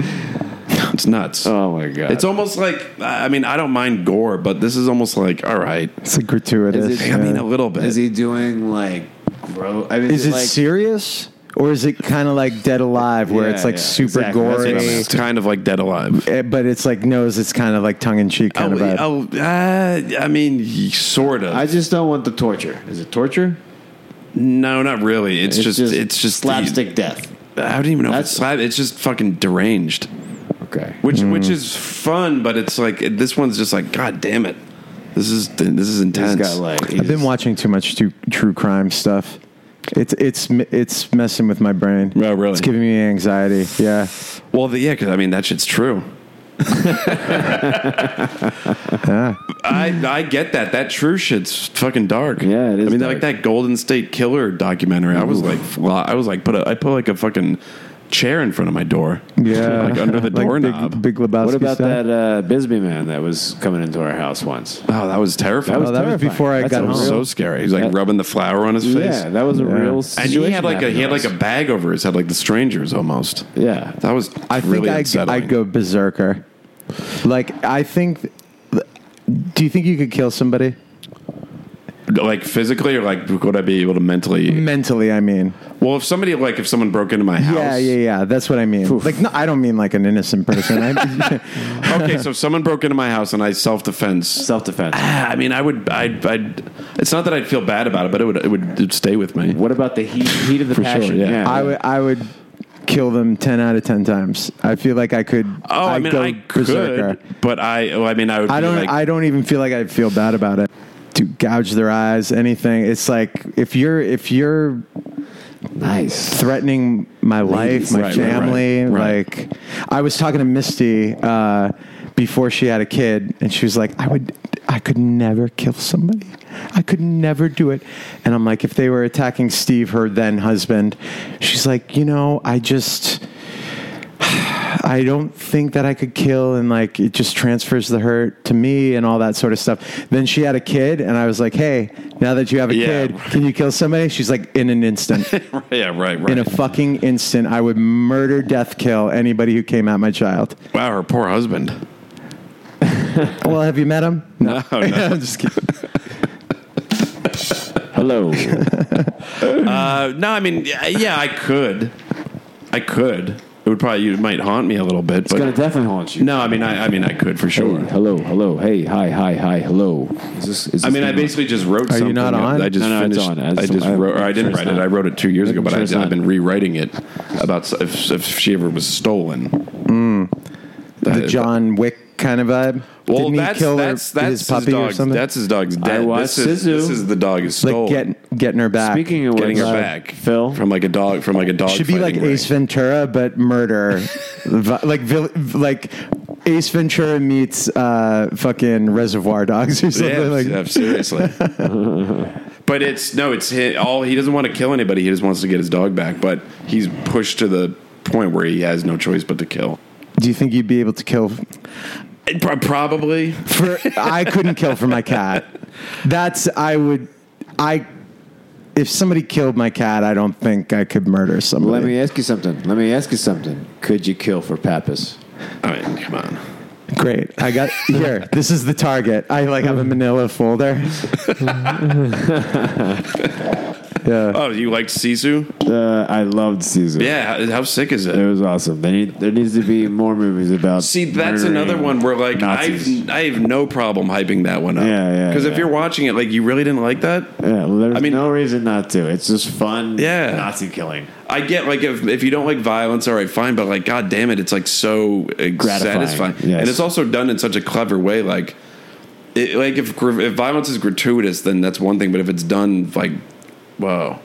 It's nuts. Oh my god, it's almost like I mean I don't mind gore, but this is almost like all right. It's a gratuitous. Is it- I mean a little bit. Is he doing like gross? I mean, Is it like, serious or is it kind of like Dead Alive, where Yeah, it's like yeah, super exactly. That's what I gory, it's kind of like Dead Alive. eh, but it's like knows it's kind of like tongue in cheek kind Oh, of vibe. oh, uh, I mean, sort of. I just don't want the torture. Is it torture? no, not really. It's, just, it's just the- slapstick death. I don't even know. If it's, That's- slap, it's just fucking deranged, Okay. which which is fun, but it's like this one's just like God damn it, this is this is He's intense. got like. I've been watching too much too, true crime stuff. It's it's m- it's messing with my brain. Oh, really? It's giving me anxiety. Yeah. Well, the, yeah, because I mean that shit's true. I I get that. That true shit's fucking dark. Yeah, it is I mean, dark. like that Golden State Killer documentary. I was like, fla- I was like, put a, I put like a fucking chair in front of my door. Yeah. like under the Like doorknob. Big, big Lebowski. What about style. that uh, Bisbee man that was coming into our house once? oh, that was terrifying. That Oh, that was terrifying. before I That's got a home. so scary. He's like That- rubbing the flour on his face. Yeah, that was a Yeah. real. and he had situation like a he had like happening a bag over his head, like the strangers almost. to us. Yeah. That was I think really I, unsettling. I go berserker. Like I think. th- Do you think you could kill somebody like physically or like would I be able to mentally? mentally? I mean, Well, if somebody like if someone broke into my house, Mm. yeah, yeah, yeah. That's what I mean. Like, no, I don't mean like an innocent person. I, okay, so if someone broke into my house and I self defense. Self defense. I mean, I would. I'd, I'd. It's not that I'd feel bad about it, but it would. It would it'd stay with me. What about the heat? Heat of the passion. yeah. I would, I would kill them ten out of ten times. I feel like I could. Oh, I, mean, I could, but I. oh, I mean, I would. I be don't. Like, I don't even feel like I feel bad about it. To gouge their eyes, anything. It's like if you're if you're Nice. threatening my life, my Right, right, family. right, Like, I was talking to Misty uh, before she had a kid, and she was like, "I would, I could never kill somebody. I could never do it." And I'm like, if they were attacking Steve, her then husband, she's like, you know, I just. I don't think that I could kill, and like it just transfers the hurt to me and all that sort of stuff. Then she had a kid, and I was like, "Hey, now that you have a Yeah. kid, can you kill somebody?" She's like, "In an instant." yeah, right, right. in a fucking instant i would murder death kill anybody who came at my child wow, her poor husband. well have you met him No, no. i'm just kidding Hello. Uh, no, I mean, yeah, yeah, I could. I could. It would probably. It might haunt me a little bit, It's gonna but definitely haunt you. no, I mean, I, I mean, I could for sure. Hey, hello, hello, hey, hi, hi, hi, hello. Is this, is this I mean, I basically just wrote. Are something. you not on? I just No, no, it's finished. on. I I just just- I'm wrote. Or I didn't sure write it's it. not. I wrote it two years ago, but sure I, it's did- I've not. been rewriting it about s- if, if she ever was stolen. I- Hmm. the John Wick kind of vibe? Well, Didn't he that's kill her- that's that's his puppy or dog's, something? That's his dog's dead. watched this, is, Sisu. this is the dog is stolen. like get, getting her back. Speaking of getting which, her uh, back, Phil. from like a dog from like a dog. should be like fighting ring. Ace Ventura, but murder, Vi- like vil- like Ace Ventura meets uh, fucking Reservoir Dogs or something. Yeah, like yeah, seriously. but it's no, it's hi all. He doesn't want to kill anybody. He just wants to get his dog back. But he's pushed to the point where he has no choice but to kill. Do you think you'd be able to kill? It prob- Probably. For I couldn't kill for my cat. That's I would I. If somebody killed my cat, I don't think I could murder somebody. Let me ask you something. Let me ask you something. Could you kill for Pappas? I mean, come on. Great. I got here. This is the target. I like have a manila folder. yeah. Oh, you liked Sisu? Uh, I loved Caesar. Yeah. How, how sick is It it? was awesome. They need, there needs to be more movies about. See, that's murdering another one where like Nazis. I've I have no problem hyping that one up. Yeah, yeah, Because if yeah. you're watching it, like you really didn't like that. Yeah, well, there's I mean- no reason not to. It's just fun. Yeah. Nazi killing. I get like if if you don't like violence, all right, fine. But like, god damn it, it's like so uh, Gratifying, satisfying, yes. and it's also done in such a clever way. Like, it, like if gr- if violence is gratuitous, then that's one thing. But if it's done like, whoa,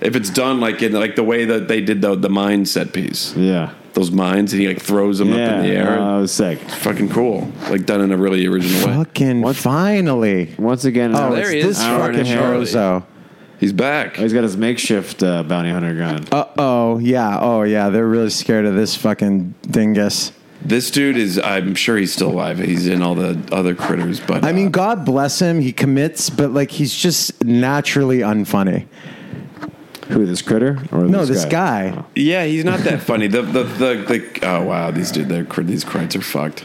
if it's done like in like the way that they did the the mine set piece, Yeah. those mines, and he like throws them yeah. up in the air, uh, it was sick. fucking cool. Like done in a really original way. Fucking finally. Once again, Oh, uh, there he it's is. this Hour and a fucking half. Rozo. He's back. he's got his makeshift uh, bounty hunter gun. Uh oh, yeah. Oh yeah, they're really scared of this fucking dingus. This dude is. I'm sure he's still alive. He's in all the other critters, but I mean, uh, God bless him. He commits, but like he's just naturally unfunny. Uh, Who this critter or No, this guy. Yeah, he's not that funny. The the the, the oh wow, these dude, they're, cr- these crites are fucked.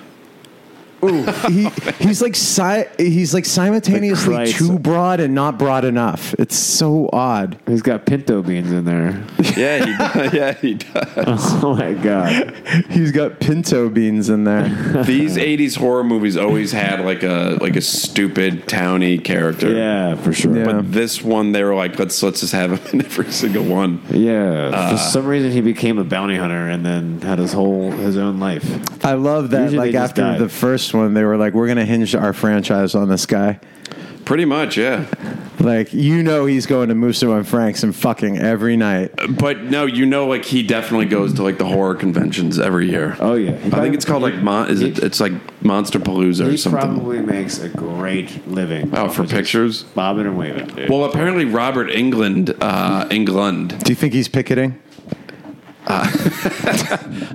he, he's like si- he's like simultaneously Christ. too broad and not broad enough. It's so odd. He's got pinto beans in there. Yeah, he does. yeah he does. oh my god! He's got pinto beans in there. These '80s horror movies always had like a like a stupid towny character. Yeah, for sure. Yeah. But This one, they were like, let's let's just have him in every single one. yeah, Uh, for some reason he became a bounty hunter and then had his whole his own life. I love that. Usually they like just after die. the first one, they were like, "We're gonna hinge our franchise on this guy." Pretty much, yeah. Like you know, he's going to Musso and Frank's and fucking every night. But no, you know, like he definitely goes to like the horror conventions every year. Oh yeah, I think it's called like mon- is it, it's like Monster Palooza or He something. probably makes a great living. oh, for pictures. bobbing and waving. Well, apparently Robert England, uh, England. Do you think he's picketing?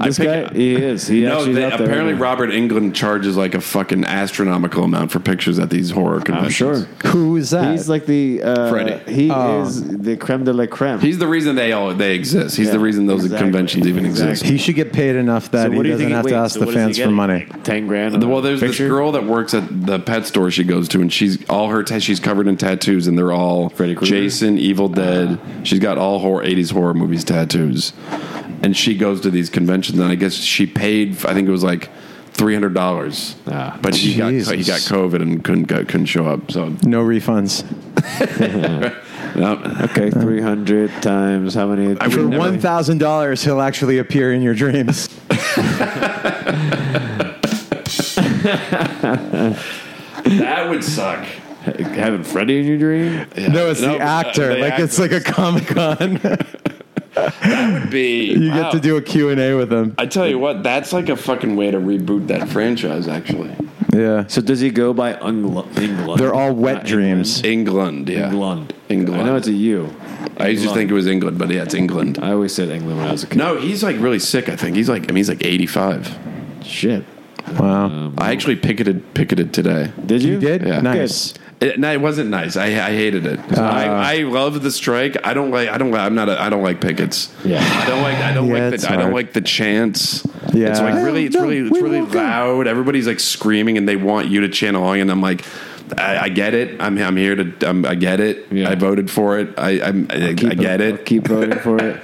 this guy, he is. He No, actually they, apparently Robert England charges like a fucking astronomical amount for pictures at these horror I'm conventions. sure. Who is that? He's like the uh, Freddy. He Oh. is the creme de la creme. He's the reason they all they exist. He's Yeah, the reason those exactly, conventions even exist. exactly. he should get paid enough that he doesn't have to ask the fans for money. Ten grand. on Well, a there's picture? this girl that works at the pet store she goes to, and she's all her ta- she's covered in tattoos, and they're all Freddy Krueger. Ah. Jason, Evil Dead. she's got all horror '80s horror movies tattoos, and she goes to these conventions, and I guess she paid. I think it was like. Three hundred dollars, Ah, but she got, he Jesus. got COVID and couldn't go- couldn't show up. So No refunds. no, Okay, three hundred times how many? I would For never- one thousand dollars, he'll actually appear in your dreams. that would suck. having Freddy in your dream. No, it's the actor. the like it's like a comic con. be. you get to do a Q&A with him. I tell you what, that's like a fucking way to reboot that franchise. Actually, Yeah. So does he go by Ungl- England? They're all wet dreams. England. Yeah, England. England. I know it's a U. I used to think it was England, but yeah, it's England. I always said England when I was a kid. No, he's like really sick. I think he's like. I mean, he's like eighty-five. Shit. Wow. I actually picketed picketed today. Did you? You did? Yeah. Nice. It, no, it wasn't nice. I, I hated it. Uh, I, I love the strike. I don't like. I don't. like- I'm not. A, I don't like pickets. Yeah. I don't like. I don't Yeah, like. it's The, I don't hard. like the chants. Yeah. It's like really. It's No, really. It's we really walk out. loud. Everybody's like screaming, and they want you to chant along. And I'm like, I, I get it. I'm. I'm here to. I'm, I get it. Yeah. I voted for it. I. I'm, I, I Keep get it. Keep voting for it.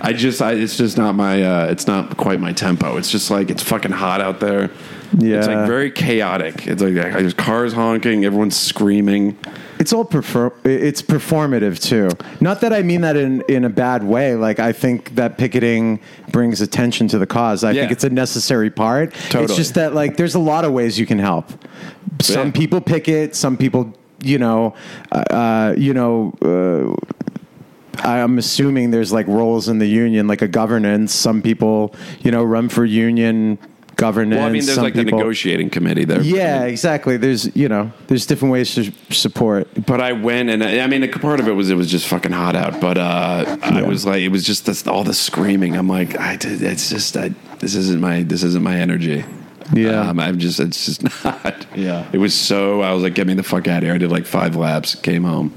I just. I, it's just not my. Uh, it's not quite my tempo. It's just like it's fucking hot out there. Yeah. It's like very chaotic. It's like there's cars honking, everyone's screaming. It's all prefer- it's performative too. Not that I mean that in, in a bad way. Like I think that picketing brings attention to the cause. I think Yeah. it's a necessary part. It's Totally. just that like there's a lot of ways you can help. Some Yeah. people picket. Some people, you know, uh, uh, you know. Uh, I'm assuming there's like roles in the union, like a governance. Some people, you know, run for union governance. Well, I mean, there's Some like the people- negotiating committee there. Yeah, exactly. There's you know, there's different ways to support. but I went and I, I mean, a part of it was it was just fucking hot out. But uh, I Yeah. was like, it was just this, all the screaming. I'm like, I did, it's just I, this isn't my this isn't my energy. Yeah. um, I'm just it's just not. Yeah. it was so I was like, get me the fuck out of here. I did like five laps, came home.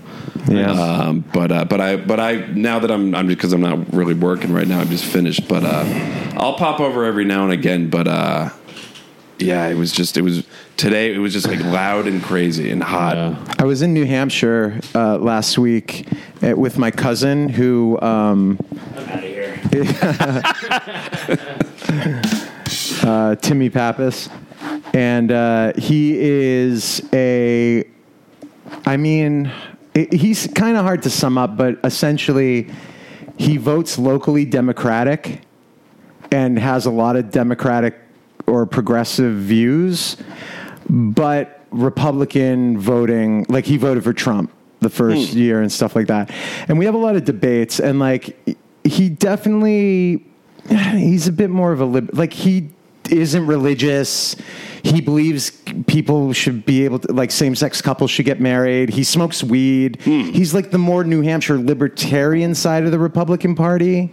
Yeah. um, but uh, but I but I now that I'm I'm because I'm not really working right now. I'm just finished. But uh, I'll pop over every now and again. But uh, yeah, it was just it was today. It was just like loud and crazy and hot. I was in New Hampshire uh, last week uh, with my cousin who. Um, uh, Timmy Pappas, and uh, he is a. I mean, i he's kind of hard to sum up, but essentially, he votes locally Democratic and has a lot of Democratic or progressive views, but Republican voting, like he voted for Trump the first year and stuff like that. And we have a lot of debates, and like he definitely, he's a bit more of a lib, like he isn't religious. He believes people should be able to, like, same sex couples should get married. He smokes weed. He's like the more New Hampshire libertarian side of the Republican Party.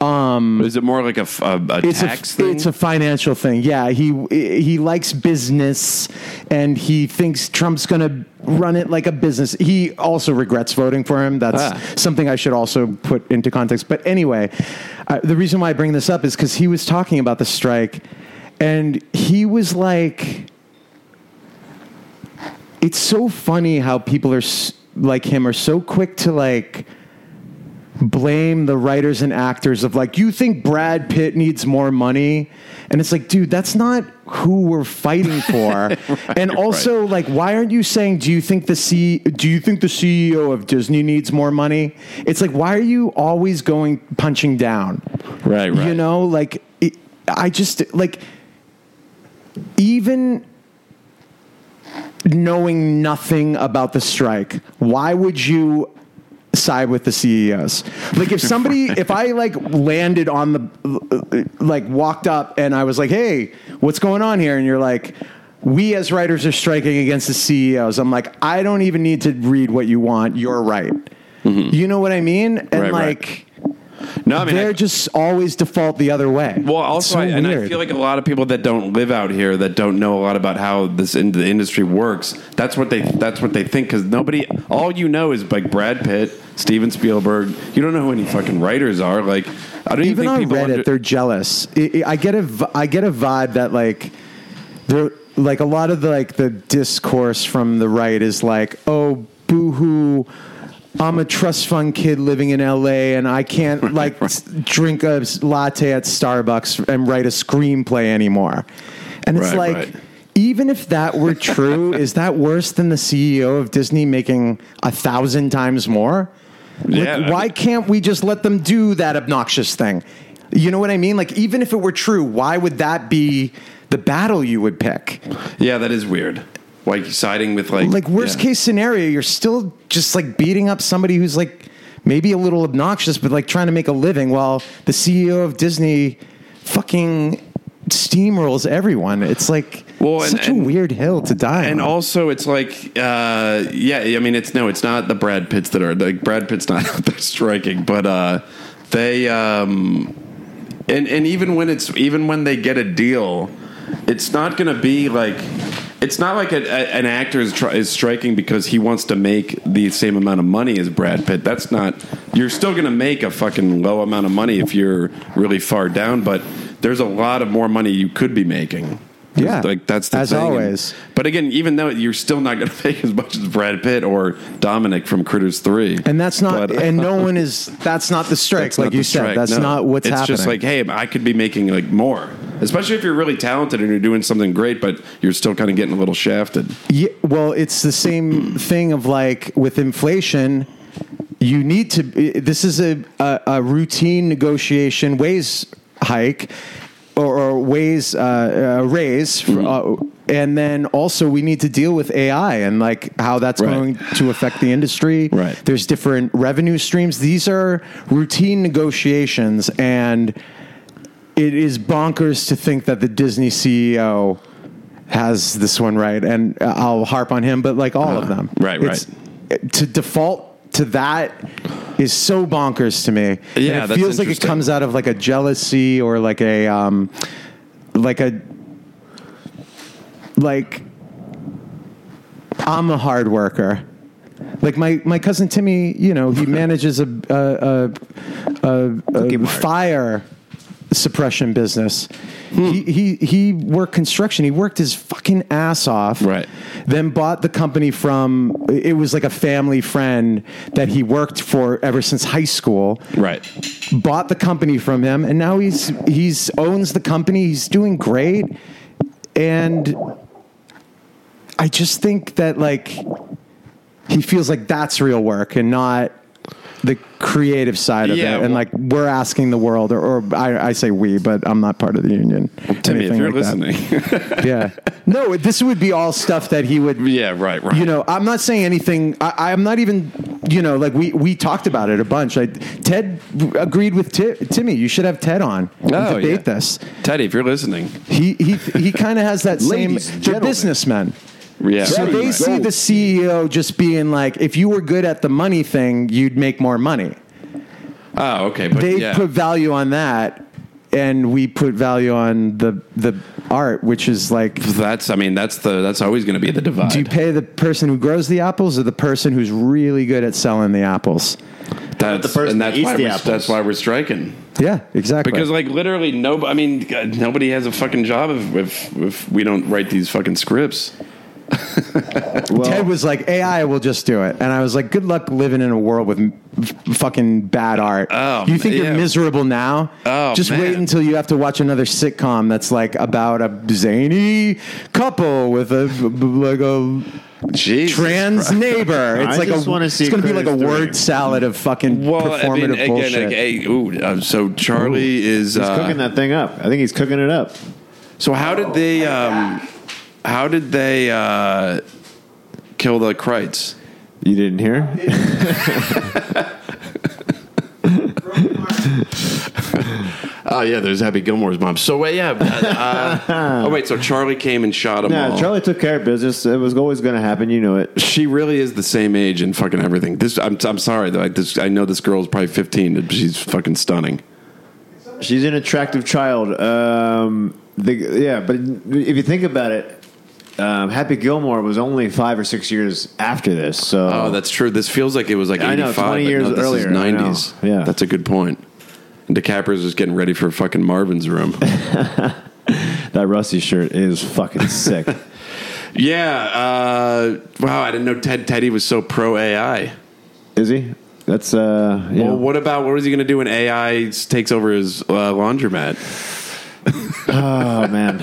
Is it more like a, f- a- a It's tax a, thing? It's a financial thing. Yeah, he he likes business, and he thinks Trump's going to run it like a business. He also regrets voting for him. That's Ah. something I should also put into context. But anyway, uh, the reason why I bring this up is because he was talking about the strike, and he was like it's so funny how people are s- like him are so quick to like blame the writers and actors of like you think Brad Pitt needs more money and it's like dude that's not who we're fighting for and also like why aren't you saying do you think the C do you think the CEO of Disney needs more money it's like why are you always going punching down right, right. you know like it, i just like even knowing nothing about the strike why would you side with the ceos like if somebody if i like landed on the like walked up and i was like hey what's going on here and you're like we as writers are striking against the ceos i'm like i don't even need to read what you want you're right you know what i mean and Mm-hmm. Right, right. like no, I mean, they're I- just always default the other way. well, It's also, so I, and I weird. feel like a lot of people that don't live out here that don't know a lot about how this in, the industry works. That's what they that's what they think because nobody. All you know is like Brad Pitt, Steven Spielberg. You don't know who any fucking writers are. Like, I don't even even on think people. Reddit, under- they're jealous. I, I I get a, v- I get a vibe that like they're like a lot of the, like the discourse from the right is like, oh, boohoo. I'm a trust fund kid living in LA, and I can't like s- drink a s- latte at Starbucks and write a screenplay anymore. And it's Right, like, right. even if that were true, is that worse than the CEO of Disney making a thousand times more? Like, Yeah, I why mean- can't we just let them do that obnoxious thing? You know what I mean? Like, even if it were true, why would that be the battle you would pick? yeah, that is weird. Like siding with like Like, worst yeah. case scenario, you're still just like beating up somebody who's like maybe a little obnoxious, but like trying to make a living while the CEO of Disney fucking steamrolls everyone. It's like Well, and- such a and- weird hill to die And on. also, it's like, uh, yeah, I mean, it's no, it's not the Brad Pitts that are like Brad Pitt's not out there striking, but uh, they, um, and and even when it's even when they get a deal, it's not going to be like. It's not like a, a, an actor is, try, is striking because he wants to make the same amount of money as Brad Pitt. That's not. You're still going to make a fucking low amount of money if you're really far down, but there's a lot of more money you could be making. Yeah. like that's the As thing. And- always. but again, even though you're still not going to make as much as Brad Pitt or Dominic from Critters Three, And that's not, But- uh, and no one is. That's not the strike, That's like not you the said. strike, that's no. not what's it's happening. just like, hey, I could be making like more. especially if you're really talented and you're doing something great, but you're still kind of getting a little shafted. Yeah, well, it's the same thing of like with inflation, you need to. i- This is a, a, a routine negotiation wage hike or, or wage uh, uh, raise, for, Mm-hmm. uh, and then also we need to deal with AI and like how that's Right. going to affect the industry. Right. There's different revenue streams. These are routine negotiations and it is bonkers to think that the Disney CEO has this one right, and I'll harp on him, but like all of them, Uh, right, right. To default to that is so bonkers to me. And Yeah, it that's feels like it interesting. comes out of like a jealousy or like a um, like a like I'm a hard worker. Like my, my cousin Timmy, you know, he manages a a, a, a, a fire suppression business. He, he he worked construction. He worked his fucking ass off. Right. Then bought the company from it was like a family friend that he worked for ever since high school Right. bought the company from him, and now he's he's owns the company. He's doing great, and I just think that like he feels like that's real work and not the creative side of Yeah, it. And well- like we're asking the world, or, or I, I say we, but I'm not part of the union. Timmy, if anything you're like that. listening, yeah, no, this would be all stuff that he would yeah, right, right. you know, I'm not saying anything. I, I'm not even, you know, like we, we talked about it a bunch. I, Ted agreed with Ti- Timmy. You should have Ted on and Oh, debate yeah. this. Teddy, if you're listening, He he he kind of has that same. Ladies and They're gentlemen. businessmen. yeah, So right. they see the CEO just being like, if you were good at the money thing, you'd make more money. Oh, okay, but They yeah. put value on that, and we put value on the the art, which is like that's I mean that's the that's always going to be the divide. Do you pay the person who grows the apples or the person who's really good at selling the apples? that's, the person and that that's eats why the we're, apples. that's why we're striking. Yeah, exactly. Because like literally nobody, I mean, God, nobody has a fucking job if, if if we don't write these fucking scripts. Well, Ted was like, AI will just do it. And I was like, good luck living in a world with m- f- fucking bad art. Oh, you think man, you're yeah. miserable now? Oh, just wait man. until you have to watch another sitcom that's like about a zany couple with a b- b- like a Jeez, trans neighbor. It's I like just a wanna see it's gonna be like Critters a three. word salad of fucking Well, I mean, performative again, bullshit. like, hey, ooh, uh, so Charlie is. he's Uh, cooking that thing up. I think he's cooking it up. so how did they? Um, how did they uh, kill the Kreitz? You didn't hear? Oh yeah, there's Happy Gilmore's mom. So wait, yeah. Uh, oh wait, so Charlie came and shot him. No, all. Charlie took care of business. It was always going to happen. You know it. She really is the same age and fucking everything. This, I'm, I'm sorry though. Like this, I know this girl's probably 15. and She's fucking stunning. She's an attractive child. Um, the, yeah, but if you think about it, um, Happy Gilmore was only five or six years after this. So Oh, that's true. This feels like it was like I 85. know, 20 but years no, this earlier, Is I know. 90s. Yeah. that's a good point. And DiCaprio's just getting ready for fucking Marvin's room. that rusty shirt is fucking sick. yeah. Uh, wow, I didn't know Ted Teddy was so pro AI. is he? That's uh. You Well, know. what about what is he going to do when AI takes over his uh, laundromat? Oh man.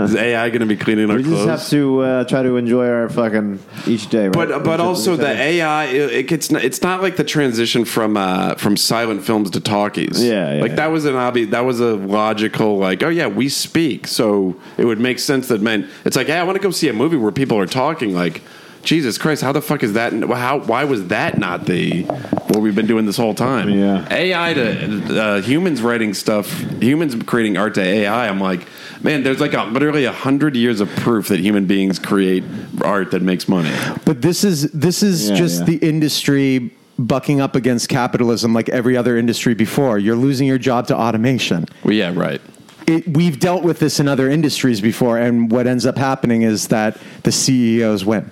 Is AI going to be cleaning our We clothes? just have to uh, try to enjoy our fucking each day. Right? But but also the that AI, it, it gets it's not like the transition from uh, from silent films to talkies. Yeah, yeah, like that was an obvious that was a logical like oh yeah we speak so it would make sense that men it's like hey I want to go see a movie where people are talking like Jesus Christ how the fuck is that how why was that not the what we've been doing this whole time Yeah. AI to uh, humans writing stuff humans creating art to AI I'm like man there's like a, literally a hundred years of proof that human beings create art that makes money. But this is this is Yeah, just yeah. the industry bucking up against capitalism like every other industry before. You're losing your job to automation. Well, yeah, right. It, we've dealt with this in other industries before, and what ends up happening is that the CEOs win.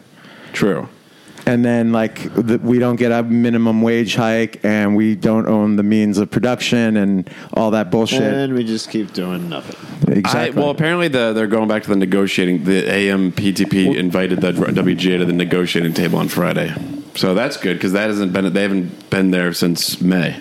True. And then, like, the, we don't get a minimum wage hike, and we don't own the means of production, and all that bullshit. and we just keep doing nothing. exactly. well, apparently the, they're going back to the negotiating. The AMPTP invited the WGA to the negotiating table on Friday, so that's good because that hasn't been they haven't been there since May.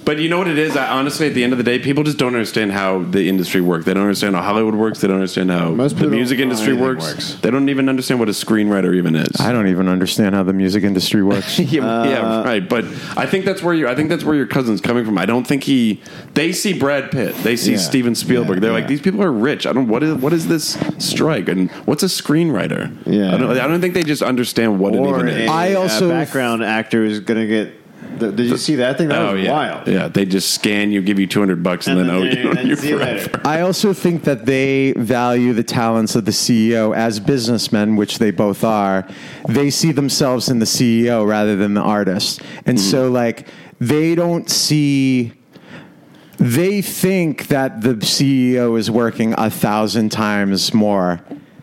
But But you know what it is? I, honestly, at the end of the day, people just don't understand how the industry works. They don't understand how Hollywood works. They don't understand how Most the people don't music know how industry anything works. works. They don't even understand what a screenwriter even is. I don't even understand how the music industry works. yeah, Uh, yeah, right. But I think that's where you. I think that's where your cousin's coming from. I don't think he. They see Brad Pitt. They see Yeah. Steven Spielberg. Yeah, They're yeah. like these people are rich. I don't. What is what is this strike and what's a screenwriter? Yeah. I don't. I don't think they just understand what it or even a is. I uh, also- background actor is going to get. th- Did you see that thing? That oh was yeah, wild. yeah. They just scan you, give you two hundred bucks, and, And then, then they- owe you, then you see you forever. later. I also think that they value the talents of the CEO as businessmen, which they both are. They see themselves in the CEO rather than the artist. And Mm-hmm. so, like, they don't see. They think that the CEO is working a thousand times more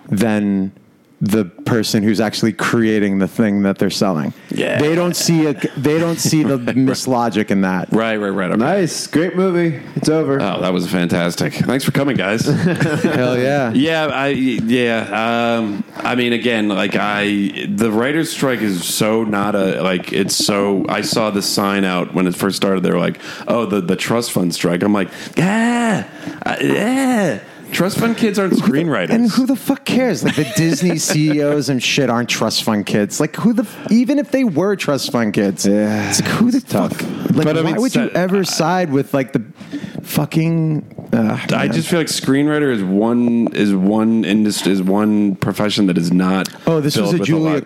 than the person who's actually creating the thing that they're selling. Yeah. They don't see a, they don't see the mislogic in that. Right, right, right. Okay. Nice, great movie. It's over. Oh, that was fantastic. Thanks for coming, guys. Hell yeah. Yeah, I yeah. Um, I mean, again, like I, the writers' strike is so not a like. It's so. I saw the sign out when it first started. They were like, "Oh, the the trust fund strike." I'm like, "Yeah, uh, yeah." Trust fund kids aren't screenwriters. And who the fuck cares? Like the Disney CEOs and shit aren't trust fund kids. Like who the f- even if they were trust fund kids, yeah, it's like who the fuck? Like But I why mean, would you so- ever side with like the fucking? Uh, I just feel like screenwriter is one is one industry is one profession that is not. oh, this was filled a with Julia lot-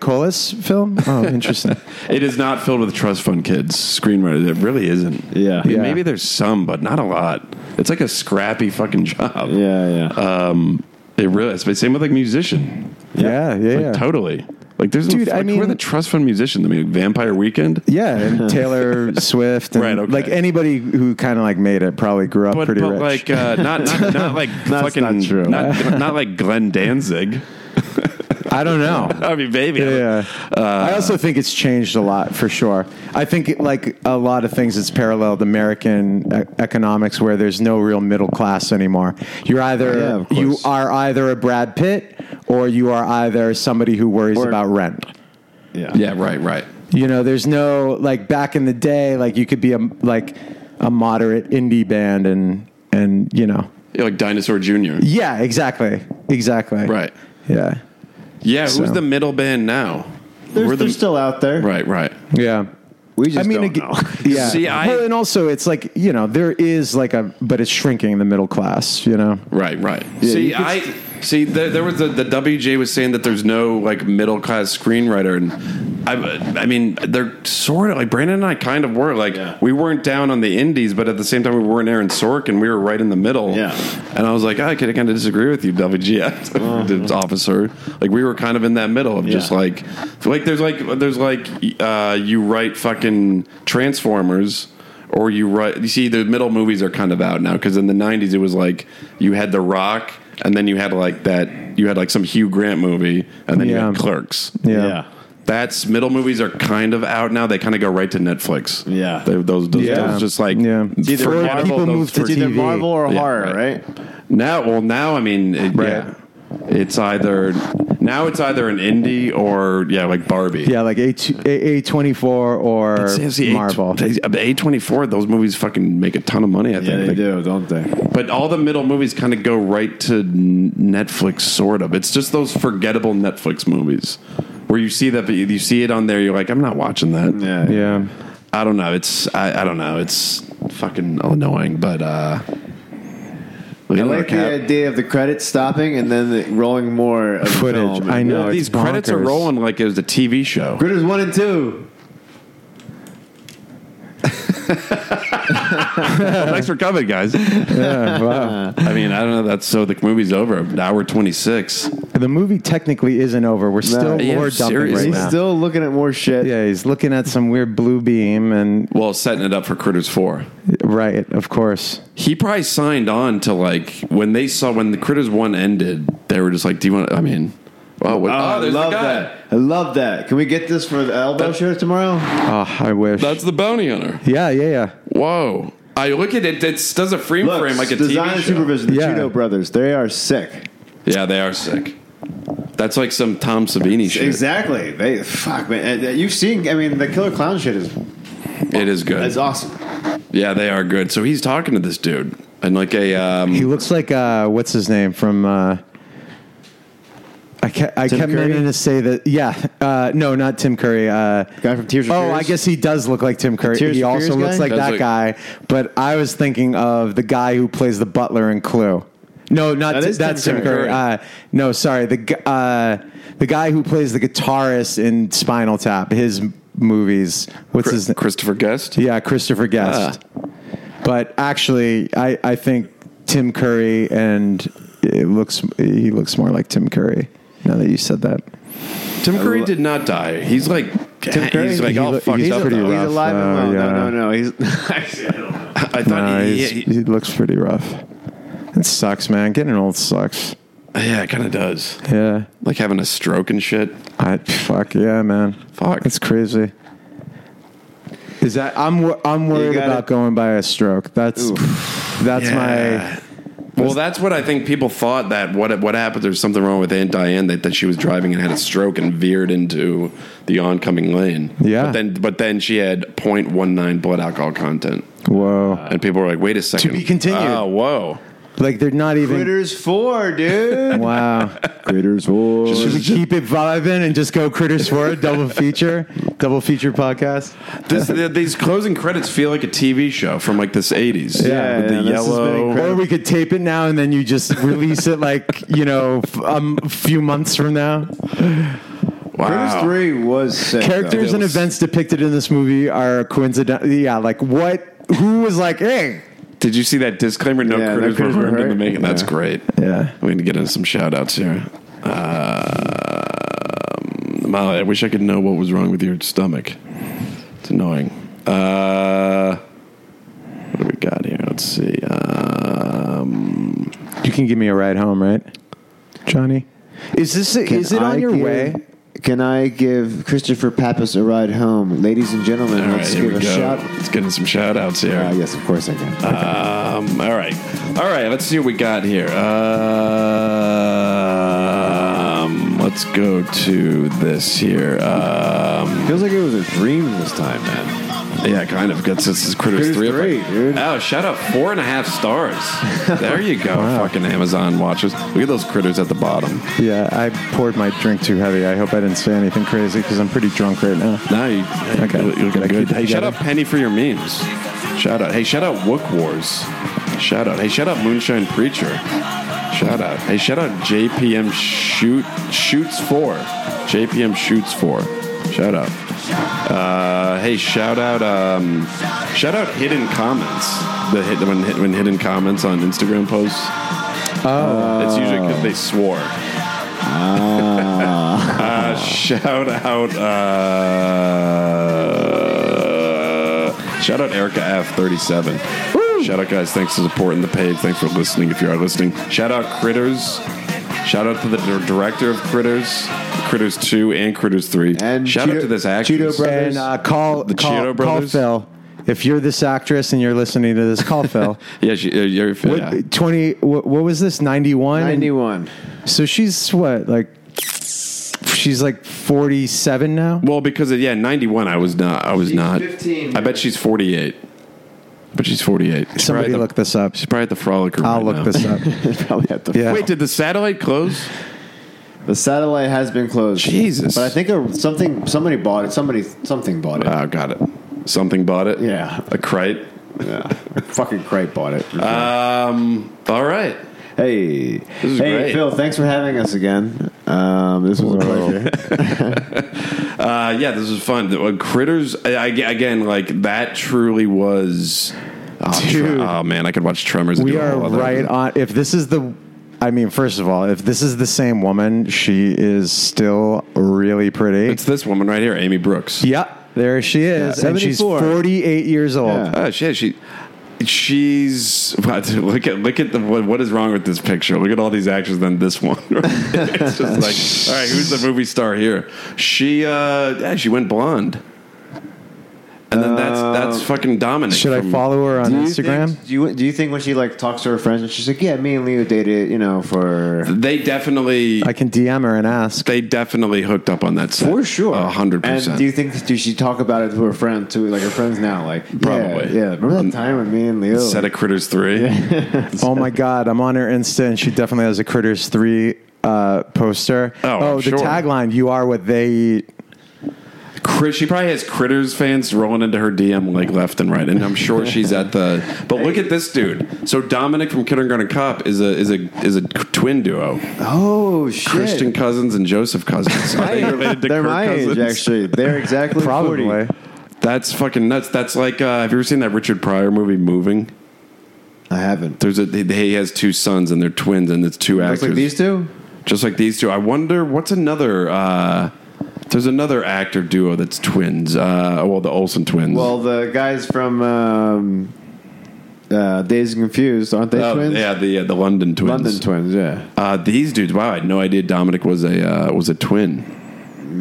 Colas film. Oh, interesting. It is not filled with trust fund kids. Screenwriters, it really isn't. Yeah. I mean, Yeah. maybe there's some, but not a lot. It's like a scrappy fucking job. Yeah, yeah. Um, it really. It's the same with like musician. yeah, yeah, Like, yeah. Totally. Like there's Dude, no, I like, who are mean- the trust fund musicians? I mean, Vampire Weekend. yeah, and Taylor Swift, and Right, okay. like anybody who kind of like made it probably grew up But, pretty but rich. like uh, not, not not like fucking not true. not not like Glenn Danzig. I don't know. I mean, baby. Yeah. Uh, I also think it's changed a lot for sure. I think, it, like a lot of things, it's paralleled American e- economics where there's no real middle class anymore. You're either Yeah, of course. you are either a Brad Pitt or you are either somebody who worries Or- about rent. yeah. Yeah. Right. Right. You know, there's no like back in the day, like you could be a like a moderate indie band and and you know, Yeah, like Dinosaur Junior. yeah, exactly, exactly, Right. yeah, Yeah. So- Who's the middle band now? They're, We're the- they're still out there. Right. Right. yeah. We just don't aga- know. yeah. See, I- well, and also it's like you know there is like a, but it's shrinking the middle class. You know. Right, right. see, I see. There, there was the, the WJ was saying that there's no like middle class screenwriter, and I, I mean, they're sort of like Brandon and I kind of were like Yeah. we weren't down on the indies, but at the same time we weren't Aaron Sorkin, we were right in the middle. Yeah. and I was like, I could kind of disagree with you, Uh-huh. WG officer. Like we were kind of in that middle of just Yeah. like, like there's like there's like uh, you write fucking Transformers or you write. You see, the middle movies are kind of out now because in the '90s it was like you had The Rock, and then you had like that you had like some Hugh Grant movie, and then you Yeah. had Clerks. Yeah. Yeah. That's middle movies are kind of out now. They kind of go right to Netflix. Yeah. They- those those, Yeah. those just like Yeah. It's either forgettable, Marvel- people those moved to forgettable. It's either TV. Marvel or Yeah, horror, right. right? Now, well, now I mean, it- yeah, it's either now it's either an indie or yeah, like Barbie. Yeah, like a a twenty four or Marvel. uh, A twenty four. Those movies fucking make a ton of money. I think. Yeah, they Like, do, don't they? But all the middle movies kind of go right to n- Netflix, sort of. It's just those forgettable Netflix movies where you see that, but you you see it on there. You're like, I'm not watching that. Yeah. Yeah. I don't know. It's I, I don't know. It's fucking annoying, but uh, look I at like that cat. the idea of the credits stopping and then the rolling more of the Footage. film. I know. Well, these it's bonkers. credits are rolling like it was a TV show. Critters one and two. Thanks for coming, guys. Yeah, wow. I mean, I don't know. That's so the movie's over. An hour twenty six. the movie technically isn't over. We're still yeah, lore dumping seriously. right He's now. still looking at more shit. yeah, he's looking at some weird blue beam and Well, setting it up for Critters Four. right, of course. He probably signed on to like when they saw when the Critters One ended. They were just like, "Do you want?" I mean, oh, what, Oh, oh, I there's love the guy. that. I love that. Can we get this for the elbow show tomorrow? Oh, I wish. That's the bounty hunter. yeah, yeah, yeah. Whoa! I look at it. It does a frame frame like a design TV and show. supervision. The Yeah. Cheeto brothers. They are sick. Yeah, they are sick. That's like some Tom Savini shit. Exactly. They fuck man. And, uh, You've seen. I mean, the Killer Clown shit is It is good. is awesome. Yeah, they are good. So he's talking to this dude, and like a um, He looks like uh, what's his name from. Uh, I kept, I Tim kept Curry? meaning to say that. Yeah, uh, no, not Tim Curry. Uh, Guy from Tears for Oh, Fears? I guess he does look like Tim Curry. Tears he for Fears also looks guy? like Does that look- guy. But I was thinking of the guy who plays the butler in Clue. No, not That Ti- is Tim that's Tim Curry. Curry. Uh, no, sorry, the gu- uh, the guy who plays the guitarist in Spinal Tap. His m- movies. What's Chris- his name? Christopher Guest. Yeah, Christopher Guest. Ah. But actually, I, I think Tim Curry and it looks he looks more like Tim Curry. Now that you said that, Tim Curry did not die. He's like Tim Curry? He's like He all look- fucked he's up. pretty though. He's rough, alive and well. though, yeah. No, no, no. Oh, He's. I don't know. I thought Nah, he, he's- he- he looks pretty rough. It sucks, man. Getting old sucks. yeah, it kind of does. Yeah, Like having a stroke and shit. I fuck yeah, man. Fuck. it's crazy. Is that I'm wor- I'm worried gotta- about going by a stroke. That's that's my Yeah. Well, that's what I think people thought that what what happened. There's something wrong with Aunt Diane that, that she was driving and had a stroke and veered into the oncoming lane. Yeah. But then, but then she had 0.19 blood alcohol content, whoa. and people were like, "Wait a second. be continued. Oh, whoa. like they're not even. Critters 4, dude. Wow. Critters 4. Should we keep it vibing and just go Critters for a double feature, double feature podcast? This, th- these closing credits feel like a TV show from like this 80s. Yeah, With the yeah, this has been yellow. incredible. Or we could tape it now and then you just release it like you know f- um, a few months from now. Wow. Critters 3 was sick. Characters though. and events depicted in this movie are coincidental. Yeah, like what? Who was like, hey? Did you see that disclaimer? No Yeah, no critters were critters were harmed in the hurt. making. That's Yeah. great. Yeah. We're going to get into some shout outs here. Um Molly, I wish I could know what was wrong with your stomach. It's annoying. Uh, what do we got here? Let's see. Uh, Um, You can give me a ride home, right, Johnny? Is this Can is it on I your give- way? Can I give Christopher Pappas a ride home? Ladies and gentlemen, all right, let's here we give a go. shout. Let's get into some shout outs here. Uh, yes, of course I can. Um, all right. All right. Let's see what we got here. Um, let's go to this here. Um, Feels like it was a dream this time, man. yeah, kind of. Gets this is Critters, 3. Critters up. three, dude. Oh, shut up. Four and a half stars. there you go, fucking Amazon watchers. Look at those critters at the bottom. Yeah, I poured my drink too heavy. I hope I didn't say anything crazy because I'm pretty drunk right now. Now you, Okay. you're, you're Gotta looking keep good. that Hey, shout together. out Penny for your memes. Shout out. Hey, shout out Wook Wars. Shout out. Hey, shout out Moonshine Preacher. Shout out. Hey, shout out JPM Shoot Shoots Four. JPM Shoots Four. Shout out. Uh, hey, shout out. Um, shout out Hidden Comments. The hit when, hit- when hidden comments on Instagram posts. Oh, it's usually because they swore. Ah. Uh, shout out, uh, shout out Erica F37. Shout out, guys. Thanks for supporting the page. Thanks for listening if you are listening. Shout out, Critters. Shout out to the dir- director of Critters, Critters 2, and Critters 3. And shout out Cheeto- to this actress. Cheeto Brothers. And uh, call The call, Cheeto call Brothers? Phil. If you're this actress and you're listening to this, call Phil. Yeah, she, uh, you're, What, yeah. Twenty? What, what was this? Ninety one. 91. So she's what? Like she's like forty seven now. Well, because of, yeah, 91, I was not. I was not. 15. I bet she's 48. But she's 48. She's Somebody probably at look this up. She's probably at the frolic room. I'll right look now. this up. Probably have to. Yeah. Wait, did the satellite close? The satellite has been closed. Jesus. But I think a, something somebody bought it. Somebody something bought it. Oh, got it. Something bought it. Yeah. a crate. yeah. Fucking crate bought it. Um. All right. hey. is hey, great. Phil, thanks for having us again. Um, this was a pleasure. Uh, yeah, this was fun. The- uh, Critters. I, I- again, like that truly was. Oh, tre- Dude. oh, man, I could watch Tremors. and we do a are whole other- right on. If this is the, I mean, first of all, if this is the same woman, she is still really pretty. It's this woman right here, Amy Brooks. yep, there she is, and she's 74. forty eight years old. Yeah. Oh shit, she. She's what, look at look at the what, what is wrong with this picture? Look at all these actors. Then this one, it's just like all right, who's the movie star here? She uh, yeah, she went blonde. and then that's that's fucking Dominic. Should I from- follow her on Do you Instagram? Think, do you do you think when she like talks to her friends and she's like, yeah, me and Leo dated, you know, for They definitely I can DM her and ask. they definitely hooked up on that set for sure, a hundred And do you percent. think do she talk about it to her friend too, like her friends now, like yeah, Probably. yeah. Remember that time when me and Leo Set of Critters Three. Oh my God, I'm on her Insta and she definitely has a Critters 3 uh, poster. Oh, I'm the sure. tagline, you are what they eat. Crit- she probably has critters fans rolling into her DM like left and right, and I'm sure she's at the. But look at this dude. So Dominic from Kindergarten Cop is a is a is a twin duo. oh shit, Christian Cousins and Joseph Cousins. Are they related to They're Kirk my Cousins? age, actually. They're exactly Probably. 40. That's fucking nuts. That's like uh, have you ever seen that Richard Pryor movie Moving? I haven't. There's a he- he has two sons and they're twins and it's two Looks actors. like these two. Just like these two. I wonder what's another. Uh, there's another actor duo that's twins. Uh, well, the Olsen twins. Well, the guys from um, uh, Days and Confused aren't they Oh, twins? yeah, the uh, the London twins. London twins. Yeah. Uh, these dudes. Wow, I had no idea Dominic was a uh, was a twin.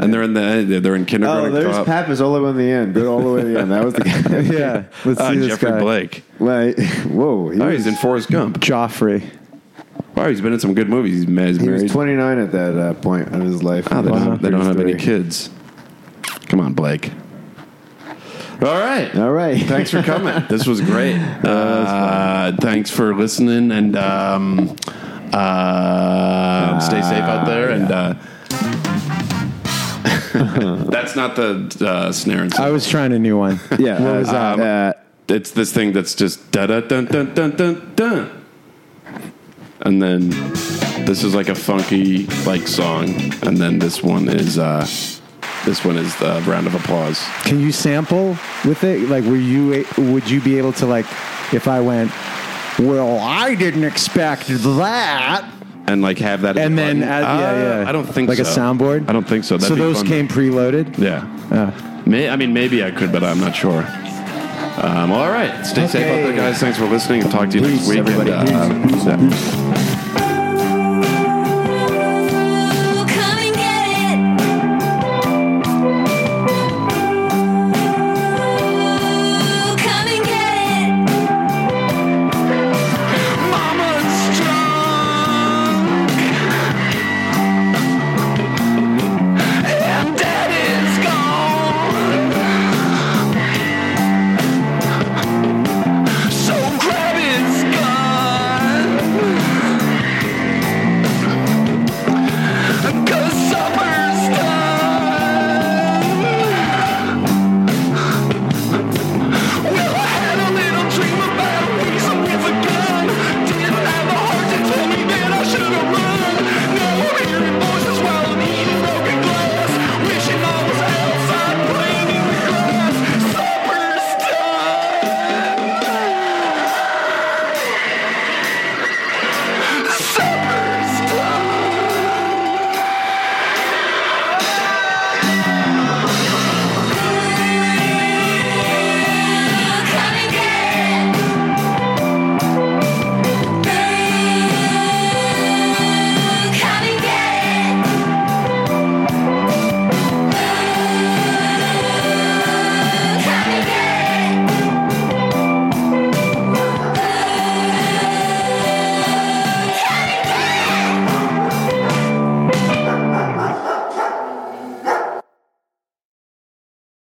And they're in the they're in Oh, kindergarten. there's Cop. Pappas all the way in the end. Good all the way in the end. That was the guy. Yeah, let's Uh, see this Jeffrey guy. Blake. Like, whoa. He, Oh, was, he's in Forrest Gump. Joffrey. Wow, he's been in some good movies. He's ma- he's he was uh-huh. married. 29 at that uh, point of his life. Oh, they don't, Wow. have, they don't have any 33. kids. Come on, Blake. All right. All right. Thanks for coming. this was great. Uh, thanks for listening, and um, uh, stay safe out there. And uh, that's not the uh, snare. And I was trying a new one. Yeah. What was that? Uh, it's this thing that's just da da dun dun dun dun dun, and then this is like a funky like song, and then this one is uh, this one is the round of applause. Can you sample with it? Like, were you? a- Would you be able to like, if I went? Well, I didn't expect that. and like have that. as And a then, button. add, yeah, Uh, yeah. I don't think like so. a soundboard. I don't think so. That'd so be those fun. came Oh. preloaded. Yeah. May, I mean, maybe I could, but I'm not sure. uh, Um, all right, stay safe out there, guys. Thanks for listening, and talk to you next week. and, uh, yeah.